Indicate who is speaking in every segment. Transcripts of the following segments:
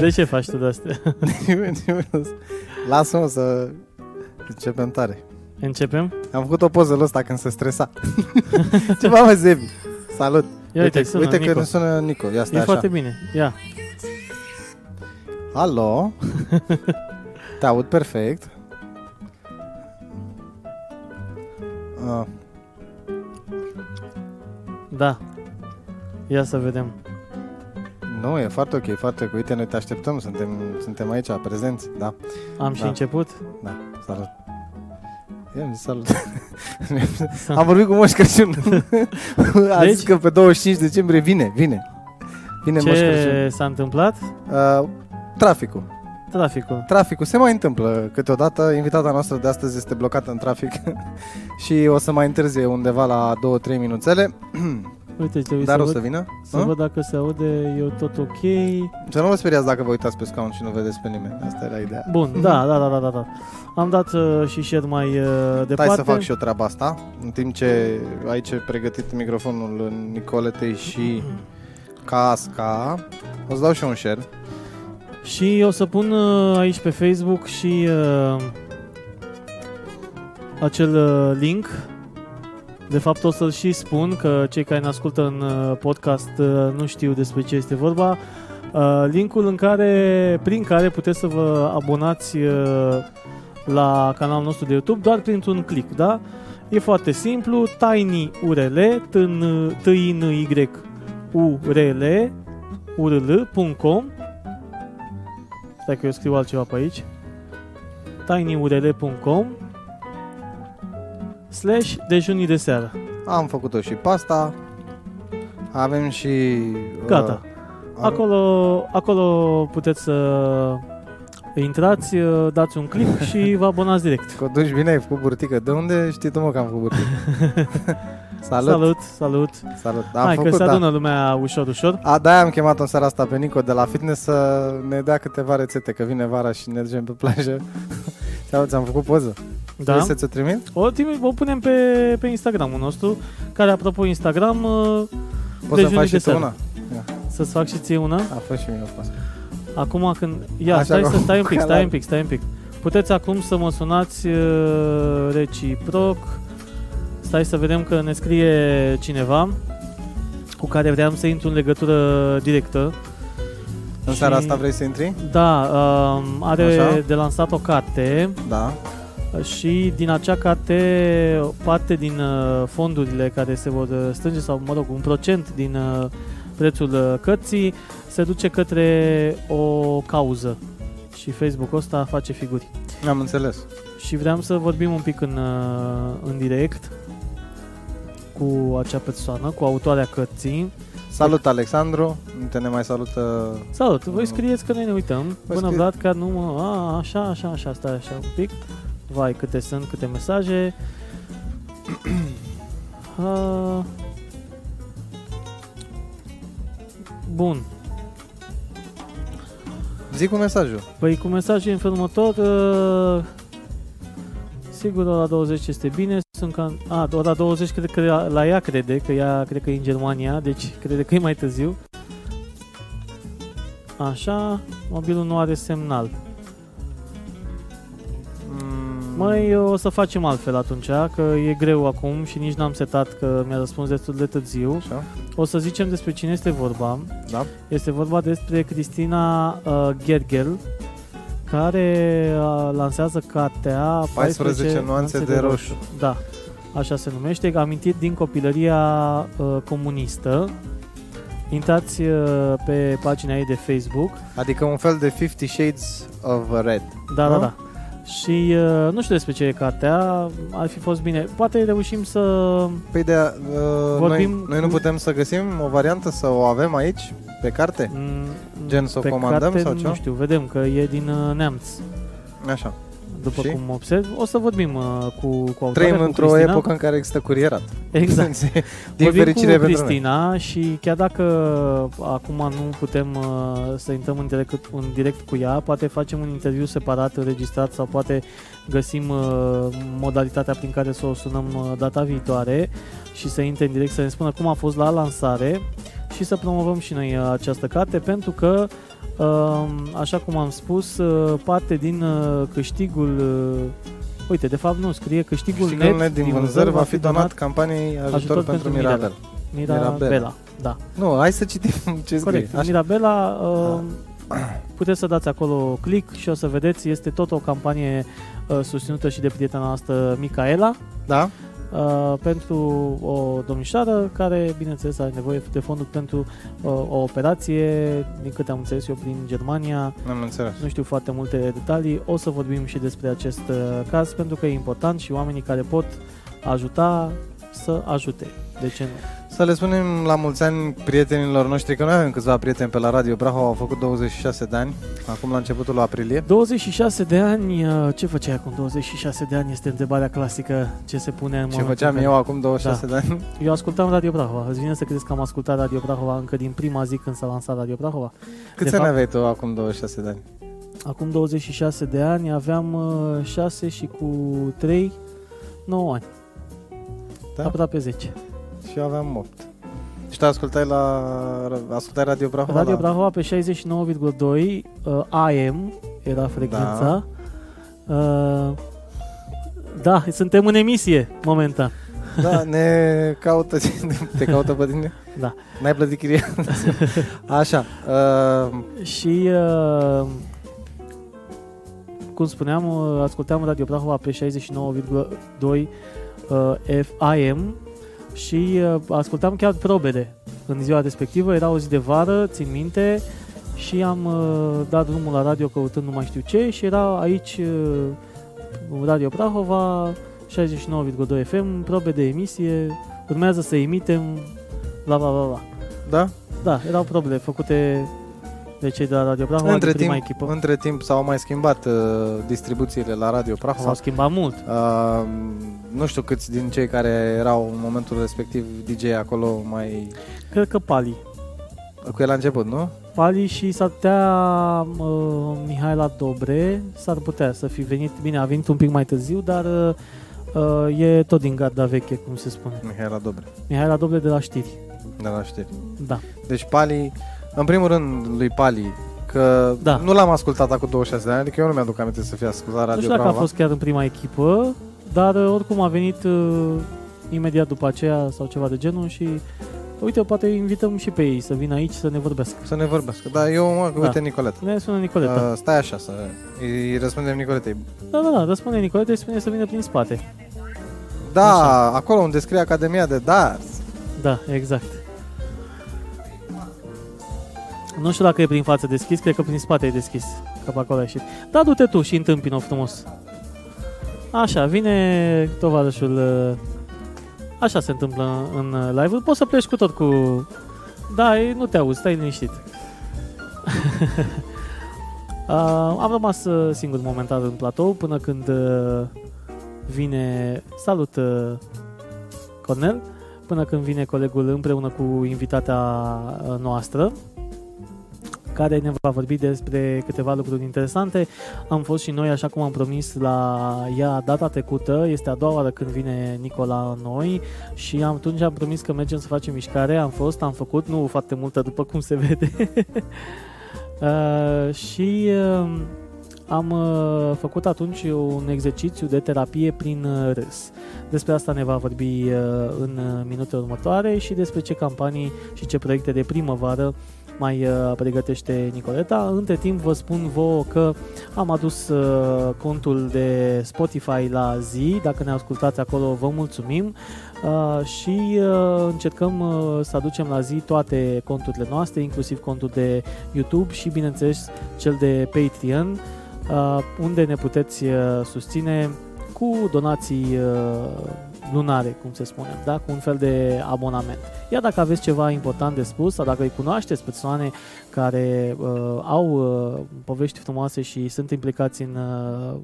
Speaker 1: De ce faci tu de astea?
Speaker 2: Lasă-mă să începem tare.
Speaker 1: Începem?
Speaker 2: Am făcut o poză la ăsta când se stresa. Ceva mă zebi. Salut.
Speaker 1: Ia uite, sună
Speaker 2: uite
Speaker 1: Nico.
Speaker 2: că ne sună Nico. Ia
Speaker 1: E
Speaker 2: stai așa.
Speaker 1: foarte bine. Ia.
Speaker 2: Alo? Te aud perfect. Ah,
Speaker 1: Da. Ia să vedem.
Speaker 2: nu, e foarte ok, foarte ok. Uite, noi te așteptăm, suntem, suntem aici, prezenți, da,
Speaker 1: Am și
Speaker 2: Da.
Speaker 1: început.
Speaker 2: da, salut. Ia-mi zis salut. Am vorbit cu Moș Crăciun. A zis
Speaker 1: Deci?
Speaker 2: că pe 25 decembrie vine, vine. Vine Moș Crăciun.
Speaker 1: Ce s-a întâmplat?
Speaker 2: Uh, traficul.
Speaker 1: Traficul.
Speaker 2: Traficul se mai întâmplă câteodată. Invitata noastră de astăzi este blocată în trafic și o să mai întârzie undeva la 2-3 minuțele,
Speaker 1: Uite, trebuie
Speaker 2: dar
Speaker 1: Păi să,
Speaker 2: o să
Speaker 1: văd,
Speaker 2: vină.
Speaker 1: să
Speaker 2: Hă?
Speaker 1: văd dacă se aude. Eu tot ok.
Speaker 2: Să nu vă speriați dacă vă uitați pe scaun și nu vedeți pe nimeni. Asta era ideea.
Speaker 1: Bun, da, da, da, da, da, da. Am dat uh, și share mai uh, departe.
Speaker 2: Stai Mhm. să fac și eu treaba asta, în timp ce aici e pregătit microfonul Nicoletei și casca, o să dau și eu un share.
Speaker 1: Și o să pun uh, aici pe Facebook și uh, acel uh, link. De fapt o să-l și spun că cei care ne ascultă în uh, podcast uh, nu știu despre ce este vorba. Uh, Linkul în care, prin care puteți să vă abonați uh, la canalul nostru de YouTube doar printr-un click, da? E foarte simplu, tiny url, t n y url, url.com Stai că eu scriu altceva pe aici. tinyurl.com slash dejunii de seară.
Speaker 2: Am făcut-o și pasta, avem și... uh,
Speaker 1: Gata.
Speaker 2: am-
Speaker 1: Acolo, acolo puteți să intrați, uh, dați un click și vă abonați direct.
Speaker 2: Că o duci bine, ai făcut burtică. De unde știi tu, mă, că am făcut burtică? salut, salut.
Speaker 1: salut! salut.
Speaker 2: salut. Am
Speaker 1: Hai
Speaker 2: făcut,
Speaker 1: că se
Speaker 2: da.
Speaker 1: adună lumea ușor, ușor. Da.
Speaker 2: A, de-aia am chemat în seara asta pe Nico de la fitness să ne dea câteva rețete, că vine vara și ne mergem pe plajă. Sau ți-am făcut poză.
Speaker 1: Da.
Speaker 2: Vrei să ți-o trimit?
Speaker 1: O, trimit- o punem pe, pe Instagramul nostru, care apropo Instagram, uh,
Speaker 2: Poți să
Speaker 1: Dejunii
Speaker 2: faci
Speaker 1: de
Speaker 2: și tu
Speaker 1: seară.
Speaker 2: una?
Speaker 1: să-ți fac și ție una.
Speaker 2: A fost și mie o poză.
Speaker 1: Acum când... Ia,
Speaker 2: Așa
Speaker 1: stai,
Speaker 2: că-
Speaker 1: să, stai un pic,
Speaker 2: că
Speaker 1: stai
Speaker 2: la-
Speaker 1: un pic, stai un pic. Puteți acum să mă sunați uh, reciproc. Stai să vedem că ne scrie cineva cu care vreau să intru în legătură directă.
Speaker 2: În
Speaker 1: Și-
Speaker 2: seara asta vrei să intri?
Speaker 1: Da, um, are
Speaker 2: Așa.
Speaker 1: de lansat o carte
Speaker 2: Da.
Speaker 1: și din acea carte o parte din uh, fondurile care se vor uh, strânge sau, mă rog, un procent din uh, prețul uh, cărții se duce către o cauză și Facebook-ul ăsta face figuri.
Speaker 2: Am înțeles.
Speaker 1: Și vreau să vorbim un pic în, uh, în direct cu acea persoană, cu autoarea cărții.
Speaker 2: Salut, Alexandru. Te ne mai salută...
Speaker 1: Salut, voi scrieți că noi ne uităm.
Speaker 2: Voi
Speaker 1: Bună
Speaker 2: scrie-
Speaker 1: Vlad, că nu mă... A, așa, așa, așa, stai așa un pic. Vai, câte sunt, câte mesaje. A... Bun,
Speaker 2: Zic cu mesajul.
Speaker 1: Păi cu mesajul în felul următor, uh, sigur ora 20 este bine, sunt ca... A, ora 20 cred că la- la ea crede, că ea cred că e în Germania, deci crede că e mai târziu. Așa, mobilul nu are semnal.
Speaker 2: Mm,
Speaker 1: Mai o să facem altfel atunci, că e greu acum și nici n-am setat că mi-a răspuns destul de târziu.
Speaker 2: Așa,
Speaker 1: O să zicem despre cine este vorba.
Speaker 2: da.
Speaker 1: Este vorba despre Cristina uh, Gergel, care uh, lansează cartea
Speaker 2: 14 nuanțe de roșu.
Speaker 1: Da, așa se numește, amintit din copilăria uh, comunistă. Intrați uh, pe pagina ei de Facebook.
Speaker 2: Adică un fel de 50 Shades of Red.
Speaker 1: Da, da,
Speaker 2: Nu?
Speaker 1: da. Și uh, nu știu despre ce e cartea, ar fi fost bine. Poate reușim să...
Speaker 2: Păi de uh, noi,
Speaker 1: Vorbim
Speaker 2: noi nu
Speaker 1: cu-
Speaker 2: putem să găsim o variantă să o avem aici, pe carte?
Speaker 1: mm,
Speaker 2: Gen să o
Speaker 1: pe
Speaker 2: comandăm
Speaker 1: carte,
Speaker 2: sau ce?
Speaker 1: Nu știu, vedem că e din uh, Neamț.
Speaker 2: Așa.
Speaker 1: După
Speaker 2: Și?
Speaker 1: cum observ, o să vorbim uh, cu, cu autoarea,
Speaker 2: Trăim
Speaker 1: cu
Speaker 2: într-o
Speaker 1: Cristina.
Speaker 2: epocă în care există curierat.
Speaker 1: Exact.
Speaker 2: Din
Speaker 1: Vorbim
Speaker 2: fericire
Speaker 1: cu
Speaker 2: pentru noi.
Speaker 1: Cristina și chiar dacă acum nu putem uh, să intrăm în direct, în direct cu ea, poate facem un interviu separat, înregistrat sau poate găsim uh, modalitatea prin care să o sunăm uh, data viitoare și să intre în direct să ne spună cum a fost la lansare și să promovăm și noi uh, această carte pentru că, uh, așa cum am spus, uh, parte din uh, câștigul... uh, Uite, de fapt nu, scrie câștigul,
Speaker 2: Câștigul
Speaker 1: net
Speaker 2: net din vânzări va fi donat campaniei
Speaker 1: Ajutor
Speaker 2: ajutor
Speaker 1: pentru
Speaker 2: pentru
Speaker 1: Mirabel.
Speaker 2: Mirabel.
Speaker 1: Mirabela. Mirabela.
Speaker 2: Mirabela.
Speaker 1: Da,
Speaker 2: Nu, hai să citim ce scrie.
Speaker 1: corect.
Speaker 2: Așa.
Speaker 1: Mirabela, uh, puteți să dați acolo click și o să vedeți, este tot o campanie uh, susținută și de prietena noastră Micaela,
Speaker 2: Da?
Speaker 1: uh, pentru o domnișoară care, bineînțeles, are nevoie de fonduri pentru uh, o operație, din câte am înțeles eu, prin Germania.
Speaker 2: Am înțeles.
Speaker 1: Nu știu foarte multe detalii, o să vorbim și despre acest uh, caz, pentru că e important și oamenii care pot ajuta să ajute. De ce nu?
Speaker 2: Să le spunem la mulți ani prietenilor noștri, că noi avem câțiva prieteni pe la Radio Brahova, au făcut 26 de ani, acum la începutul aprilie.
Speaker 1: 26 de ani, uh, ce făceai acum 26 de ani? Este întrebarea clasică ce se pune în
Speaker 2: Ce
Speaker 1: momentul Da.
Speaker 2: făceam
Speaker 1: în
Speaker 2: eu acum 26 de ani?
Speaker 1: Eu ascultam Radio Prahova. Îți vine să crezi că am ascultat Radio Prahova încă din prima zi când s-a lansat Radio Prahova?
Speaker 2: Câți
Speaker 1: De
Speaker 2: ani
Speaker 1: fapt-
Speaker 2: aveai tu acum 26 de ani?
Speaker 1: Acum 26 de ani aveam 6 și cu 3, 9 ani.
Speaker 2: Da.
Speaker 1: Aproape 10.
Speaker 2: Și eu aveam 8. Și tu ascultai, la, ascultai Radio da? Brahova?
Speaker 1: Radio
Speaker 2: la...
Speaker 1: Brahova pe 69,2 uh, AM era frecvența. Da. Uh, da, suntem în emisie momentan.
Speaker 2: Da, ne caută, te caută pe tine?
Speaker 1: Da.
Speaker 2: N-ai plătit chiria? Așa, uh,
Speaker 1: Și uh, cum spuneam, uh, ascultam Radio Prahova pe 69,2 uh, FM și uh, ascultam chiar probele în ziua respectivă, era o zi de vară, țin minte, și am uh, dat drumul la radio căutând nu mai știu ce și era aici uh, Radio Prahova 69,2 FM, probe de emisie, urmează să emitem, bla bla bla bla.
Speaker 2: da?
Speaker 1: Da, erau probe făcute de cei de la Radio Prahova,
Speaker 2: Între
Speaker 1: de prima
Speaker 2: timp,
Speaker 1: echipă.
Speaker 2: între timp s-au mai schimbat uh, distribuțiile la Radio Prahova.
Speaker 1: S-au schimbat mult.
Speaker 2: Uh, nu știu câți din cei care erau în momentul respectiv DJ acolo mai...
Speaker 1: Cred că Pali.
Speaker 2: Cu el a început, nu?
Speaker 1: Pali și s-ar putea uh, Mihaela Dobre, s-ar putea să fi venit, bine, a venit un pic mai târziu, dar uh, uh, e tot din garda veche, cum se spune.
Speaker 2: Mihaela Dobre,
Speaker 1: Mihaela Dobre de la știri,
Speaker 2: de la știri.
Speaker 1: da.
Speaker 2: Deci Pali, în primul rând lui Pali, că
Speaker 1: Da.
Speaker 2: nu l-am ascultat acum 26 de ani, adică eu nu mi-aduc aminte să fie ascultat
Speaker 1: nu
Speaker 2: Radio
Speaker 1: știu dacă a
Speaker 2: Brava.
Speaker 1: fost chiar în prima echipă, dar uh, oricum a venit uh, imediat după aceea sau ceva de genul și uite, poate îi invităm și pe ei să vină aici să ne vorbească.
Speaker 2: Să ne vorbească. Da, eu, mă,
Speaker 1: Da.
Speaker 2: uite, Nicoleta.
Speaker 1: Ne sună Nicoleta.
Speaker 2: Uh, stai așa să îi răspundem Nicoletei.
Speaker 1: Da, da, da, răspunde Nicoleta și spune să vină prin spate.
Speaker 2: Da,
Speaker 1: Așa.
Speaker 2: acolo unde scrie Academia de Darts.
Speaker 1: Da, exact. Nu știu dacă e prin față deschis, cred că prin spate e deschis, că pe acolo a ieșit. Da, du-te tu și întâmpină frumos. Așa, vine tovarășul. uh, Așa se întâmplă în uh, live-ul. Poți să pleci cu tot cu... Da, e- nu te auzi, stai liniștit. Uh, am rămas uh, singur momentan în platou până când uh, vine... Salut, uh, Cornel! Până când vine colegul împreună cu invitata uh, noastră care ne va vorbi despre câteva lucruri interesante. Am fost și noi, așa cum am promis, la ea data trecută. Este a doua oară când vine Nicola la noi și am- atunci am promis că mergem să facem mișcare. Am fost, am făcut, nu foarte multă după cum se vede. Uh, și uh, am uh, făcut atunci un exercițiu de terapie prin uh, râs. Despre asta ne va vorbi uh, în uh, minutele următoare și despre ce campanii și ce proiecte de primăvară mai uh, pregătește Nicoleta. Între timp vă spun vouă că am adus uh, contul de Spotify la zi. Dacă ne ascultați acolo, vă mulțumim uh, și uh, încercăm uh, să aducem la zi toate conturile noastre, inclusiv contul de YouTube și, bineînțeles, cel de Patreon, uh, unde ne puteți uh, susține cu donații uh, lunare, cum se spune, da? cu un fel de abonament. Iar dacă aveți ceva important de spus sau dacă îi cunoașteți persoane care uh, au uh, povești frumoase și sunt implicați în uh,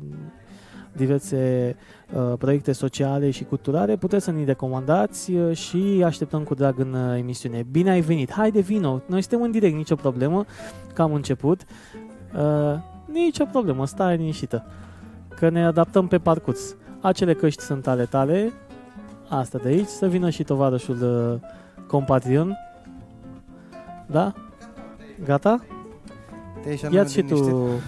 Speaker 1: diverse uh, proiecte sociale și culturale, puteți să ni recomandați uh, și așteptăm cu drag în uh, emisiune. Bine ai venit! Haide, vino! Noi suntem în direct, nicio problemă, că am început. Uh, nicio problemă, stai liniștită, că ne adaptăm pe parcurs. Acele căști sunt ale tale, asta de aici, să vină și tovarășul uh, compatrion Da? Gata?
Speaker 2: Te-ai și
Speaker 1: Ia-ți și
Speaker 2: anume liniștit?
Speaker 1: tu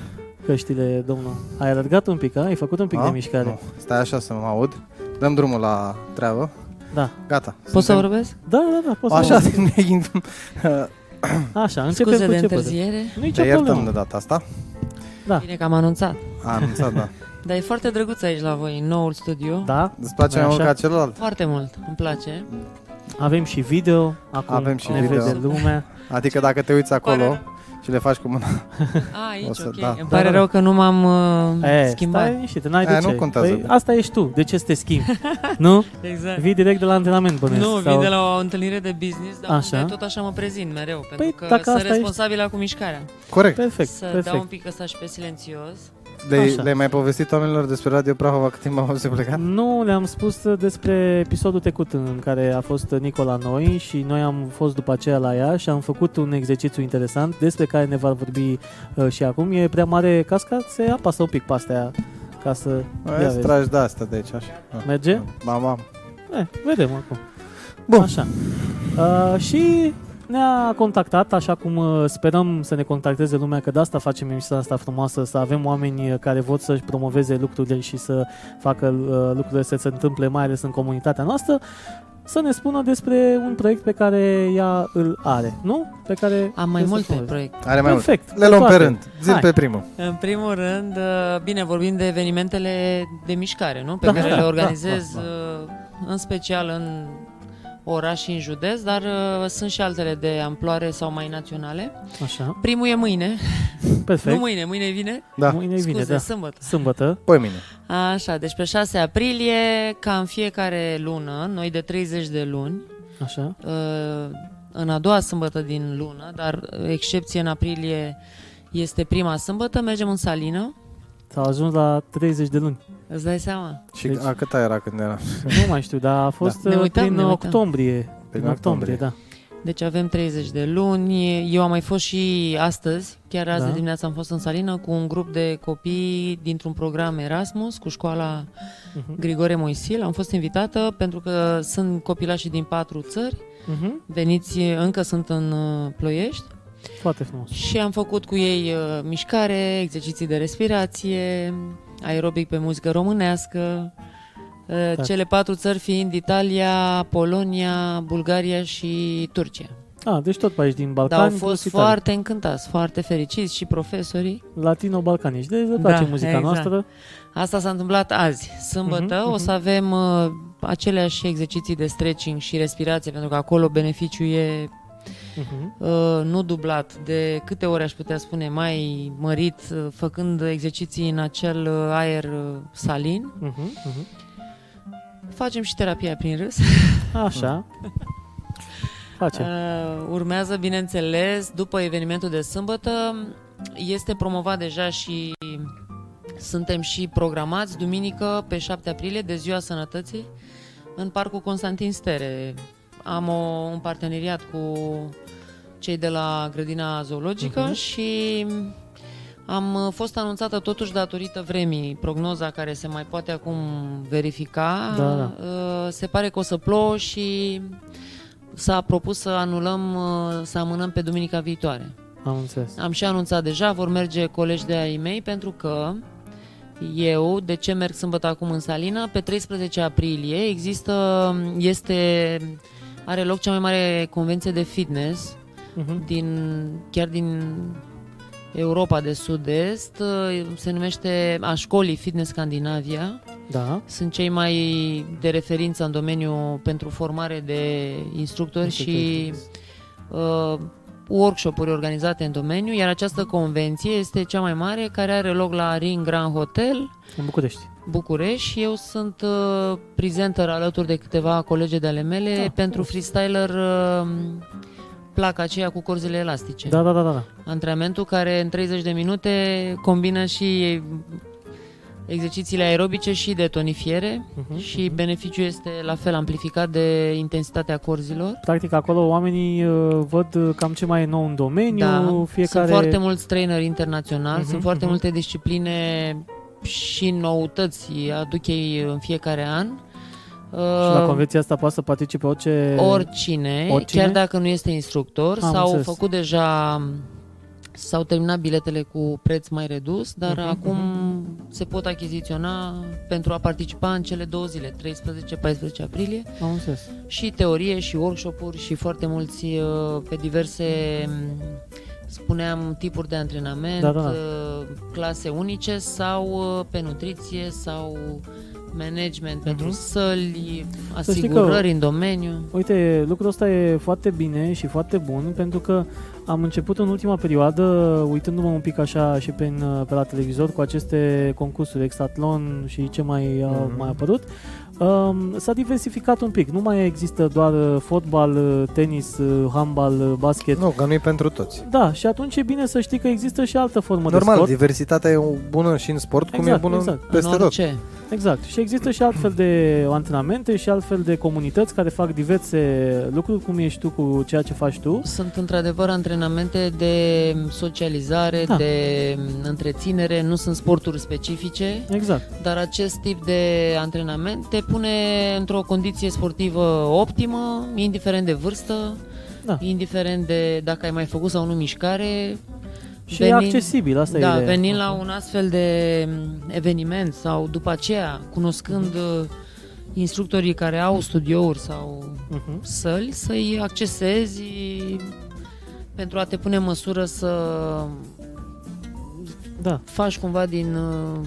Speaker 1: căștile, domnul. Ai alergat un pic, a? Ai făcut un pic
Speaker 2: A?
Speaker 1: de mișcare.
Speaker 2: Ah, Nu. Stai așa să mă aud. Dăm drumul la treabă.
Speaker 1: Da.
Speaker 2: Gata.
Speaker 3: Poți să
Speaker 2: Suntem-
Speaker 3: vorbesc?
Speaker 1: Da, da, da, poți
Speaker 2: Așa,
Speaker 1: să...
Speaker 2: ne
Speaker 1: Așa, începem
Speaker 3: Scuze
Speaker 1: cu
Speaker 3: de
Speaker 1: ce
Speaker 3: întârziere.
Speaker 1: Nu e
Speaker 2: Te
Speaker 1: ce
Speaker 2: iertăm de
Speaker 1: problemă.
Speaker 2: data asta.
Speaker 1: Da.
Speaker 3: Bine că am anunțat.
Speaker 2: A anunțat, da.
Speaker 3: Dar e foarte drăguț aici la voi, în noul studio.
Speaker 1: Da,
Speaker 2: Îți place mai mult
Speaker 1: Așa.
Speaker 2: ca celălalt?
Speaker 3: Foarte mult, îmi place.
Speaker 1: avem și video, acum
Speaker 2: Avem și
Speaker 1: ne
Speaker 3: video.
Speaker 1: vede lumea.
Speaker 2: Adică dacă te uiți acolo
Speaker 3: Pare
Speaker 2: și le faci cu mâna,
Speaker 3: A,
Speaker 2: O
Speaker 3: Ah, aici,
Speaker 2: să-
Speaker 3: ok.
Speaker 2: da.
Speaker 3: Îmi
Speaker 1: Da, da.
Speaker 3: pare rău că nu m-am uh,
Speaker 1: E,
Speaker 3: schimbat.
Speaker 1: stai liniștit, n-ai
Speaker 2: Aia
Speaker 1: de ce.
Speaker 2: nu contează.
Speaker 1: Păi, asta ești tu, de ce să te schimbi? nu?
Speaker 3: Exact.
Speaker 1: Vii direct de la antrenament, bănuiesc.
Speaker 3: Nu, vin de la o întâlnire de business, dar
Speaker 1: Așa.
Speaker 3: așa. tot așa mă prezint mereu,
Speaker 1: Păi,
Speaker 3: pentru că
Speaker 1: dacă
Speaker 3: sunt
Speaker 1: asta ești-
Speaker 3: responsabilă cu mișcarea.
Speaker 2: corect.
Speaker 1: Perfect,
Speaker 3: să dau un
Speaker 1: perfect.
Speaker 3: pic ăsta și pe silențios.
Speaker 2: Le,
Speaker 1: Păi, Așa.
Speaker 2: le-ai mai povestit oamenilor despre Radio Prahova cât timp am auzit plecat?
Speaker 1: Nu, le-am spus uh, despre episodul trecut în care a fost uh, Nicola noi și noi am fost după aceea la ea și am făcut un exercițiu interesant despre care ne va vorbi uh, și acum. E prea mare casca, se apasă un pic pe astea ca să... Ia
Speaker 2: Îți
Speaker 1: vezi.
Speaker 2: tragi de asta de aici, așa. Da.
Speaker 1: Merge?
Speaker 2: Da, mam.
Speaker 1: Eh, vedem acum.
Speaker 2: Bun.
Speaker 1: Așa. Uh, și ne-a contactat, așa cum uh, sperăm să ne contacteze lumea, că de asta facem emisiunea asta frumoasă, să avem oameni uh, care vor să-și promoveze lucrurile și să facă uh, lucrurile să se întâmple, mai ales în comunitatea noastră, să ne spună despre un proiect pe care ea îl are, nu? Pe care
Speaker 3: Am mai
Speaker 1: este
Speaker 3: multe
Speaker 1: frumos.
Speaker 3: proiecte.
Speaker 2: Are mai mult.
Speaker 1: Perfect.
Speaker 2: Le luăm pe
Speaker 1: toate.
Speaker 2: rând.
Speaker 1: Păi,
Speaker 2: Zil
Speaker 1: Hai.
Speaker 2: pe primul.
Speaker 3: În primul rând, uh, bine, vorbim de evenimentele de mișcare, nu? Pe
Speaker 1: Da,
Speaker 3: care
Speaker 1: da,
Speaker 3: le
Speaker 1: da,
Speaker 3: organizez
Speaker 1: da, da.
Speaker 3: uh, în special în oraș și în județ, dar uh, sunt și altele de amploare sau mai naționale.
Speaker 1: Așa,
Speaker 3: Primul e mâine, nu
Speaker 1: perfect.
Speaker 3: mâine, mâine vine,
Speaker 2: Da.
Speaker 1: Mâine
Speaker 3: scuze,
Speaker 1: vine, da.
Speaker 3: sâmbătă.
Speaker 1: Sâmbătă.
Speaker 2: Păi mine.
Speaker 3: Așa, deci pe 6 aprilie, ca în fiecare lună, noi de 30 de luni,
Speaker 1: Așa,
Speaker 3: uh, în a doua sâmbătă din lună, dar uh, excepție în aprilie este prima sâmbătă, mergem în salină.
Speaker 1: s-a ajuns la 30 de luni.
Speaker 3: Îți dai seama?
Speaker 2: Și
Speaker 1: Deci-
Speaker 2: a cât era când era?
Speaker 1: Nu mai știu, dar a fost
Speaker 3: Da. Ne
Speaker 1: uh,
Speaker 3: uităm,
Speaker 1: prin
Speaker 3: ne uităm.
Speaker 1: octombrie. Prin octombrie, da.
Speaker 3: Deci avem 30 de luni. Eu am mai fost și astăzi, chiar azi
Speaker 1: Da.
Speaker 3: da. de dimineață am fost în salină cu un grup de copii dintr-un program Erasmus cu școala
Speaker 1: Mhm.
Speaker 3: Grigore Moisil. Am fost invitată pentru că sunt copilași din patru țări,
Speaker 1: Mhm.
Speaker 3: veniți, încă sunt în uh, Ploiești.
Speaker 1: Foarte frumos.
Speaker 3: Și am făcut cu ei uh, mișcare, exerciții de respirație, aerobic pe muzică românească, uh,
Speaker 1: Da.
Speaker 3: cele patru țări fiind Italia, Polonia, Bulgaria și Turcia.
Speaker 1: A, deci tot pe aici din
Speaker 3: Dar
Speaker 1: Balcani.
Speaker 3: Da, au fost
Speaker 1: plus Italia.
Speaker 3: foarte încântați, foarte fericiți și profesorii.
Speaker 1: Latino-balcanici. Deci le
Speaker 3: Da,
Speaker 1: place muzica
Speaker 3: exact.
Speaker 1: noastră.
Speaker 3: Asta s-a întâmplat azi, sâmbătă.
Speaker 1: Mhm,
Speaker 3: O
Speaker 1: mhm.
Speaker 3: să avem uh, aceleași exerciții de stretching și respirație, pentru că acolo beneficiul e
Speaker 1: Mhm.
Speaker 3: Uh, nu dublat, de câte ori aș putea spune mai mărit, uh, făcând exerciții în acel uh, aer uh, salin.
Speaker 1: Mhm. Mhm.
Speaker 3: Facem și terapia prin râs.
Speaker 1: Așa. Face.
Speaker 3: Uh, urmează, bineînțeles, după evenimentul de sâmbătă, este promovat deja și suntem și programați duminică pe 7 aprilie de Ziua Sănătății în Parcul Constantin Stere. Am o, un parteneriat cu cei de la grădina zoologică
Speaker 1: Mhm.
Speaker 3: uh-huh. și am uh, fost anunțată totuși datorită vremii, prognoza care se mai poate acum verifica.
Speaker 1: Da, da.
Speaker 3: Uh, Se pare că o să plouă și s-a propus să anulăm, uh, să amânăm pe duminica viitoare.
Speaker 1: Am înțeles.
Speaker 3: Am și anunțat deja, vor merge colegi de ai mei pentru că eu, de ce merg sâmbătă acum în Salina? Pe 13 aprilie există, este, are loc cea mai mare convenție de fitness
Speaker 1: Mhm.
Speaker 3: din, chiar din Europa de Sud-Est, uh, se numește a școlii Fitness Scandinavia.
Speaker 1: Da.
Speaker 3: Sunt cei mai de referință în domeniu pentru formare de instructori și uh, workshop-uri organizate în domeniu, iar această convenție este cea mai mare care are loc la Ring Grand Hotel,
Speaker 1: În București.
Speaker 3: București. Eu sunt uh, prezenter alături de câteva colege de ale mele
Speaker 1: Ah,
Speaker 3: pentru
Speaker 1: frumos.
Speaker 3: freestyler uh, placa aceea cu corzile elastice.
Speaker 1: Da, da, da, da. da.
Speaker 3: Antrenamentul care în 30 de minute combină și exercițiile aerobice și de tonifiere
Speaker 1: Mhm,
Speaker 3: și beneficiul este la fel amplificat de intensitatea corzilor.
Speaker 1: Practic acolo oamenii uh, văd uh, cam ce mai e nou în domeniu, fiecare...
Speaker 3: Da, Sunt foarte mulți traineri internaționali,
Speaker 1: Mhm,
Speaker 3: sunt foarte
Speaker 1: mhm.
Speaker 3: multe discipline și noutăți aduc ei în fiecare an.
Speaker 1: Și la
Speaker 3: Uh,
Speaker 1: convenția asta poate să participe orice...
Speaker 3: oricine,
Speaker 1: oricine?
Speaker 3: chiar dacă nu este instructor,
Speaker 1: Am
Speaker 3: s-au
Speaker 1: înțeles.
Speaker 3: făcut deja s-au terminat biletele cu preț mai redus, dar
Speaker 1: Mhm,
Speaker 3: acum se pot achiziționa pentru a participa în cele două zile, 13-14 aprilie,
Speaker 1: Am înțeles.
Speaker 3: și teorie, și workshop-uri, și foarte mulți uh, pe diverse, m, spuneam, tipuri de antrenament,
Speaker 1: Da, da, da.
Speaker 3: uh, clase unice sau uh, pe nutriție sau management pentru
Speaker 1: Mhm.
Speaker 3: săli,
Speaker 1: Să știi că-
Speaker 3: asigurări în domeniu.
Speaker 1: Uite, lucrul ăsta e foarte bine și foarte bun pentru că am început în ultima perioadă, uitându-mă un pic așa și prin, uh, pe la televizor, cu aceste concursuri, Exatlon și ce mai a
Speaker 2: Mhm.
Speaker 1: mai apărut, um, s-a diversificat un pic. Nu mai există doar uh, fotbal, uh, tenis, uh, handbal, uh, basket.
Speaker 2: Nu, că nu e pentru toți.
Speaker 1: Da, și atunci e bine să știi că există și altă formă de
Speaker 2: Normal,
Speaker 1: sport.
Speaker 2: diversitatea e bună și în sport, cum e
Speaker 1: Exact,
Speaker 2: bună
Speaker 1: exact.
Speaker 2: peste
Speaker 3: în
Speaker 2: tot.
Speaker 3: orice.
Speaker 1: Exact. Și există și altfel de antrenamente și altfel de comunități care fac diverse lucruri, cum ești tu cu ceea ce faci tu.
Speaker 3: Sunt într-adevăr antrenamente de socializare,
Speaker 1: Da.
Speaker 3: de mm, întreținere, nu sunt sporturi specifice,
Speaker 1: Exact.
Speaker 3: dar acest tip de antrenament te pune într-o condiție sportivă optimă, indiferent de vârstă,
Speaker 1: Da.
Speaker 3: indiferent de dacă ai mai făcut sau nu mișcare.
Speaker 1: Și e accesibil, asta
Speaker 3: da,
Speaker 1: e ideea.
Speaker 3: venind la un astfel de m, eveniment sau după aceea, cunoscând uh, instructorii care au studiouri sau
Speaker 1: Mhm.
Speaker 3: săli, să-i accesezi pentru a te pune în măsură să
Speaker 1: Da.
Speaker 3: faci cumva din uh,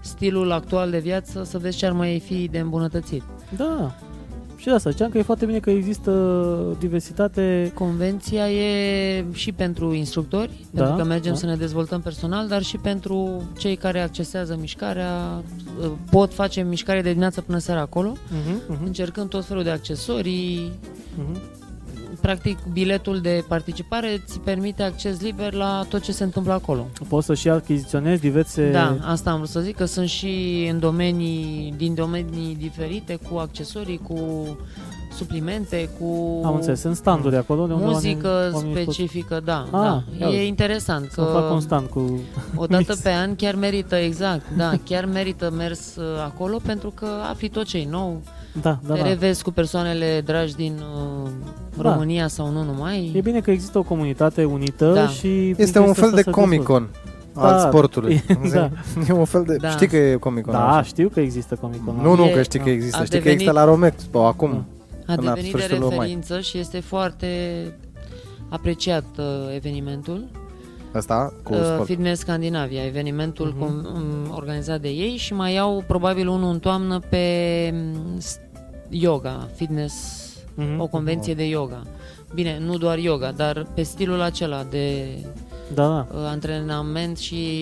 Speaker 3: stilul actual de viață să vezi ce ar mai fi de îmbunătățit.
Speaker 1: Da. Și de asta, ziceam că e foarte bine că există diversitate.
Speaker 3: Convenția e și pentru instructori,
Speaker 1: Da,
Speaker 3: pentru că mergem
Speaker 1: da.
Speaker 3: să ne dezvoltăm personal, dar și pentru cei care accesează mișcarea, uh, pot face mișcare de dimineață până seara acolo,
Speaker 1: Mhm, mhm,
Speaker 3: încercând tot felul de accesorii,
Speaker 1: mhm.
Speaker 3: practic biletul de participare îți permite acces liber la tot ce se întâmplă acolo.
Speaker 1: Poți să și achiziționezi diverse...
Speaker 3: Da, asta am vrut să zic, că sunt și în domenii, din domenii diferite, cu accesorii, cu suplimente, cu
Speaker 1: Am înțeles, sunt standuri acolo de unde
Speaker 3: muzică
Speaker 1: oamenii, oamenii pot-
Speaker 3: specifică, da,
Speaker 1: Ah,
Speaker 3: ah, da.
Speaker 1: ia uite.
Speaker 3: E interesant
Speaker 1: Să fac
Speaker 3: că
Speaker 1: constant cu...
Speaker 3: o dată
Speaker 1: mix.
Speaker 3: pe an chiar merită, exact, da, chiar merită mers uh, acolo pentru că afli tot ce e nou,
Speaker 1: Da, da,
Speaker 3: te
Speaker 1: da.
Speaker 3: revezi cu persoanele dragi din uh,
Speaker 1: Da.
Speaker 3: România sau nu numai.
Speaker 1: E bine că există o comunitate unită
Speaker 3: Da.
Speaker 1: și... prin
Speaker 2: Este
Speaker 1: chestia
Speaker 2: un
Speaker 1: asta
Speaker 2: fel de
Speaker 1: se dezvoltă.
Speaker 2: Comic-Con al
Speaker 1: Da.
Speaker 2: sportului.
Speaker 1: Da.
Speaker 2: E un fel de...
Speaker 3: Da.
Speaker 2: Știi că e Comic-Con.
Speaker 1: Da,
Speaker 2: așa.
Speaker 1: știu că există Comic-Con.
Speaker 2: Nu, nu,
Speaker 3: E-
Speaker 2: că știi că
Speaker 1: da.
Speaker 2: există.
Speaker 3: A
Speaker 2: știi că
Speaker 3: devenit-
Speaker 2: există la Romexpo acum.
Speaker 1: Ah.
Speaker 3: A
Speaker 2: În
Speaker 3: devenit de
Speaker 2: sfârșitul lui mai.
Speaker 3: referință și este foarte apreciat uh, evenimentul
Speaker 2: Asta cu
Speaker 3: uh,
Speaker 2: sport.
Speaker 3: Fitness Scandinavia, evenimentul
Speaker 1: Mhm.
Speaker 3: cum, um, organizat de ei și mai au probabil unul în toamnă pe um, s- yoga, fitness,
Speaker 1: Mhm.
Speaker 3: o convenție de yoga. Bine, nu doar yoga, dar pe stilul acela de
Speaker 1: Da, da.
Speaker 3: uh, antrenament și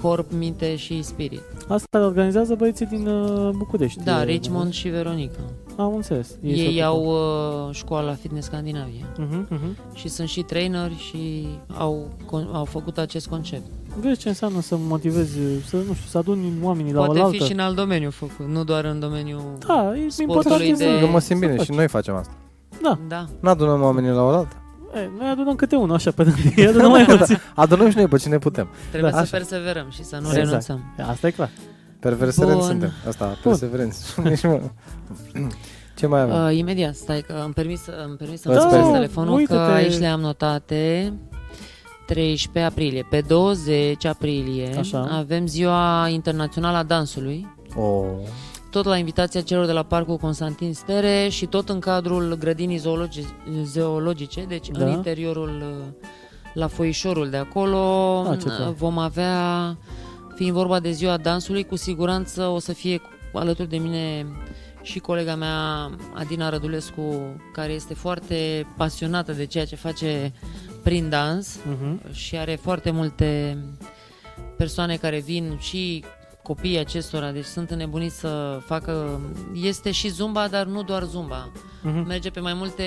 Speaker 3: corp, minte și spirit.
Speaker 1: Asta organizează băieții din uh, București.
Speaker 3: Da,
Speaker 1: E-
Speaker 3: Richmond și Veronica.
Speaker 1: Am înțeles.
Speaker 3: Ei, au uh, școala Fitness Scandinavia.
Speaker 1: Uh-huh, uh-huh.
Speaker 3: și sunt și traineri și au, con- au făcut acest concept.
Speaker 1: Vezi ce înseamnă să motivezi, să, nu știu, să aduni oamenii la
Speaker 3: Poate
Speaker 1: oaltă.
Speaker 3: fi și în alt domeniu făcut, nu doar în domeniul...
Speaker 1: Da, e important
Speaker 3: sportului
Speaker 1: e
Speaker 3: de-
Speaker 1: să...
Speaker 2: Eu mă simt
Speaker 1: să
Speaker 2: bine
Speaker 1: faci.
Speaker 2: și noi facem asta.
Speaker 1: Da,
Speaker 3: da.
Speaker 2: Nu adunăm oamenii la oaltă.
Speaker 1: e, noi adunăm câte unul așa pe dângă. adunăm mai puțin.
Speaker 2: Adunăm și noi pe cine putem.
Speaker 3: Trebuie
Speaker 2: Da,
Speaker 3: să
Speaker 2: așa.
Speaker 3: perseverăm și să Exact. nu
Speaker 1: Exact.
Speaker 3: renunțăm.
Speaker 1: Asta e clar.
Speaker 2: Perverserenți
Speaker 3: Bun.
Speaker 2: suntem. Asta, perseverenți. Nici mă- Ce mai avem?
Speaker 3: Uh, imediat, stai că îmi permis, să- îmi permis să
Speaker 2: Da,
Speaker 3: da,
Speaker 2: da,
Speaker 3: telefonul, că
Speaker 1: uite-te.
Speaker 3: aici le-am notate. 13 aprilie. Pe 20 aprilie
Speaker 1: Așa.
Speaker 3: avem Ziua Internațională a Dansului,
Speaker 2: Oh.
Speaker 3: tot la invitația celor de la Parcul Constantin Stere și tot în cadrul grădinii zoologi- zeologice, deci
Speaker 1: Da.
Speaker 3: în interiorul, uh, la foișorul de acolo,
Speaker 1: Ah, ce tare.
Speaker 3: uh, vom avea, fiind vorba de ziua dansului, cu siguranță o să fie cu- alături de mine și colega mea Adina Rădulescu, care este foarte pasionată de ceea ce face prin dans
Speaker 1: Uh-huh.
Speaker 3: și are foarte multe persoane care vin și copiii acestora, deci sunt înnebuniți să facă... Este și zumba, dar nu doar zumba.
Speaker 2: Hm.
Speaker 1: Uh-huh.
Speaker 3: Merge pe mai multe...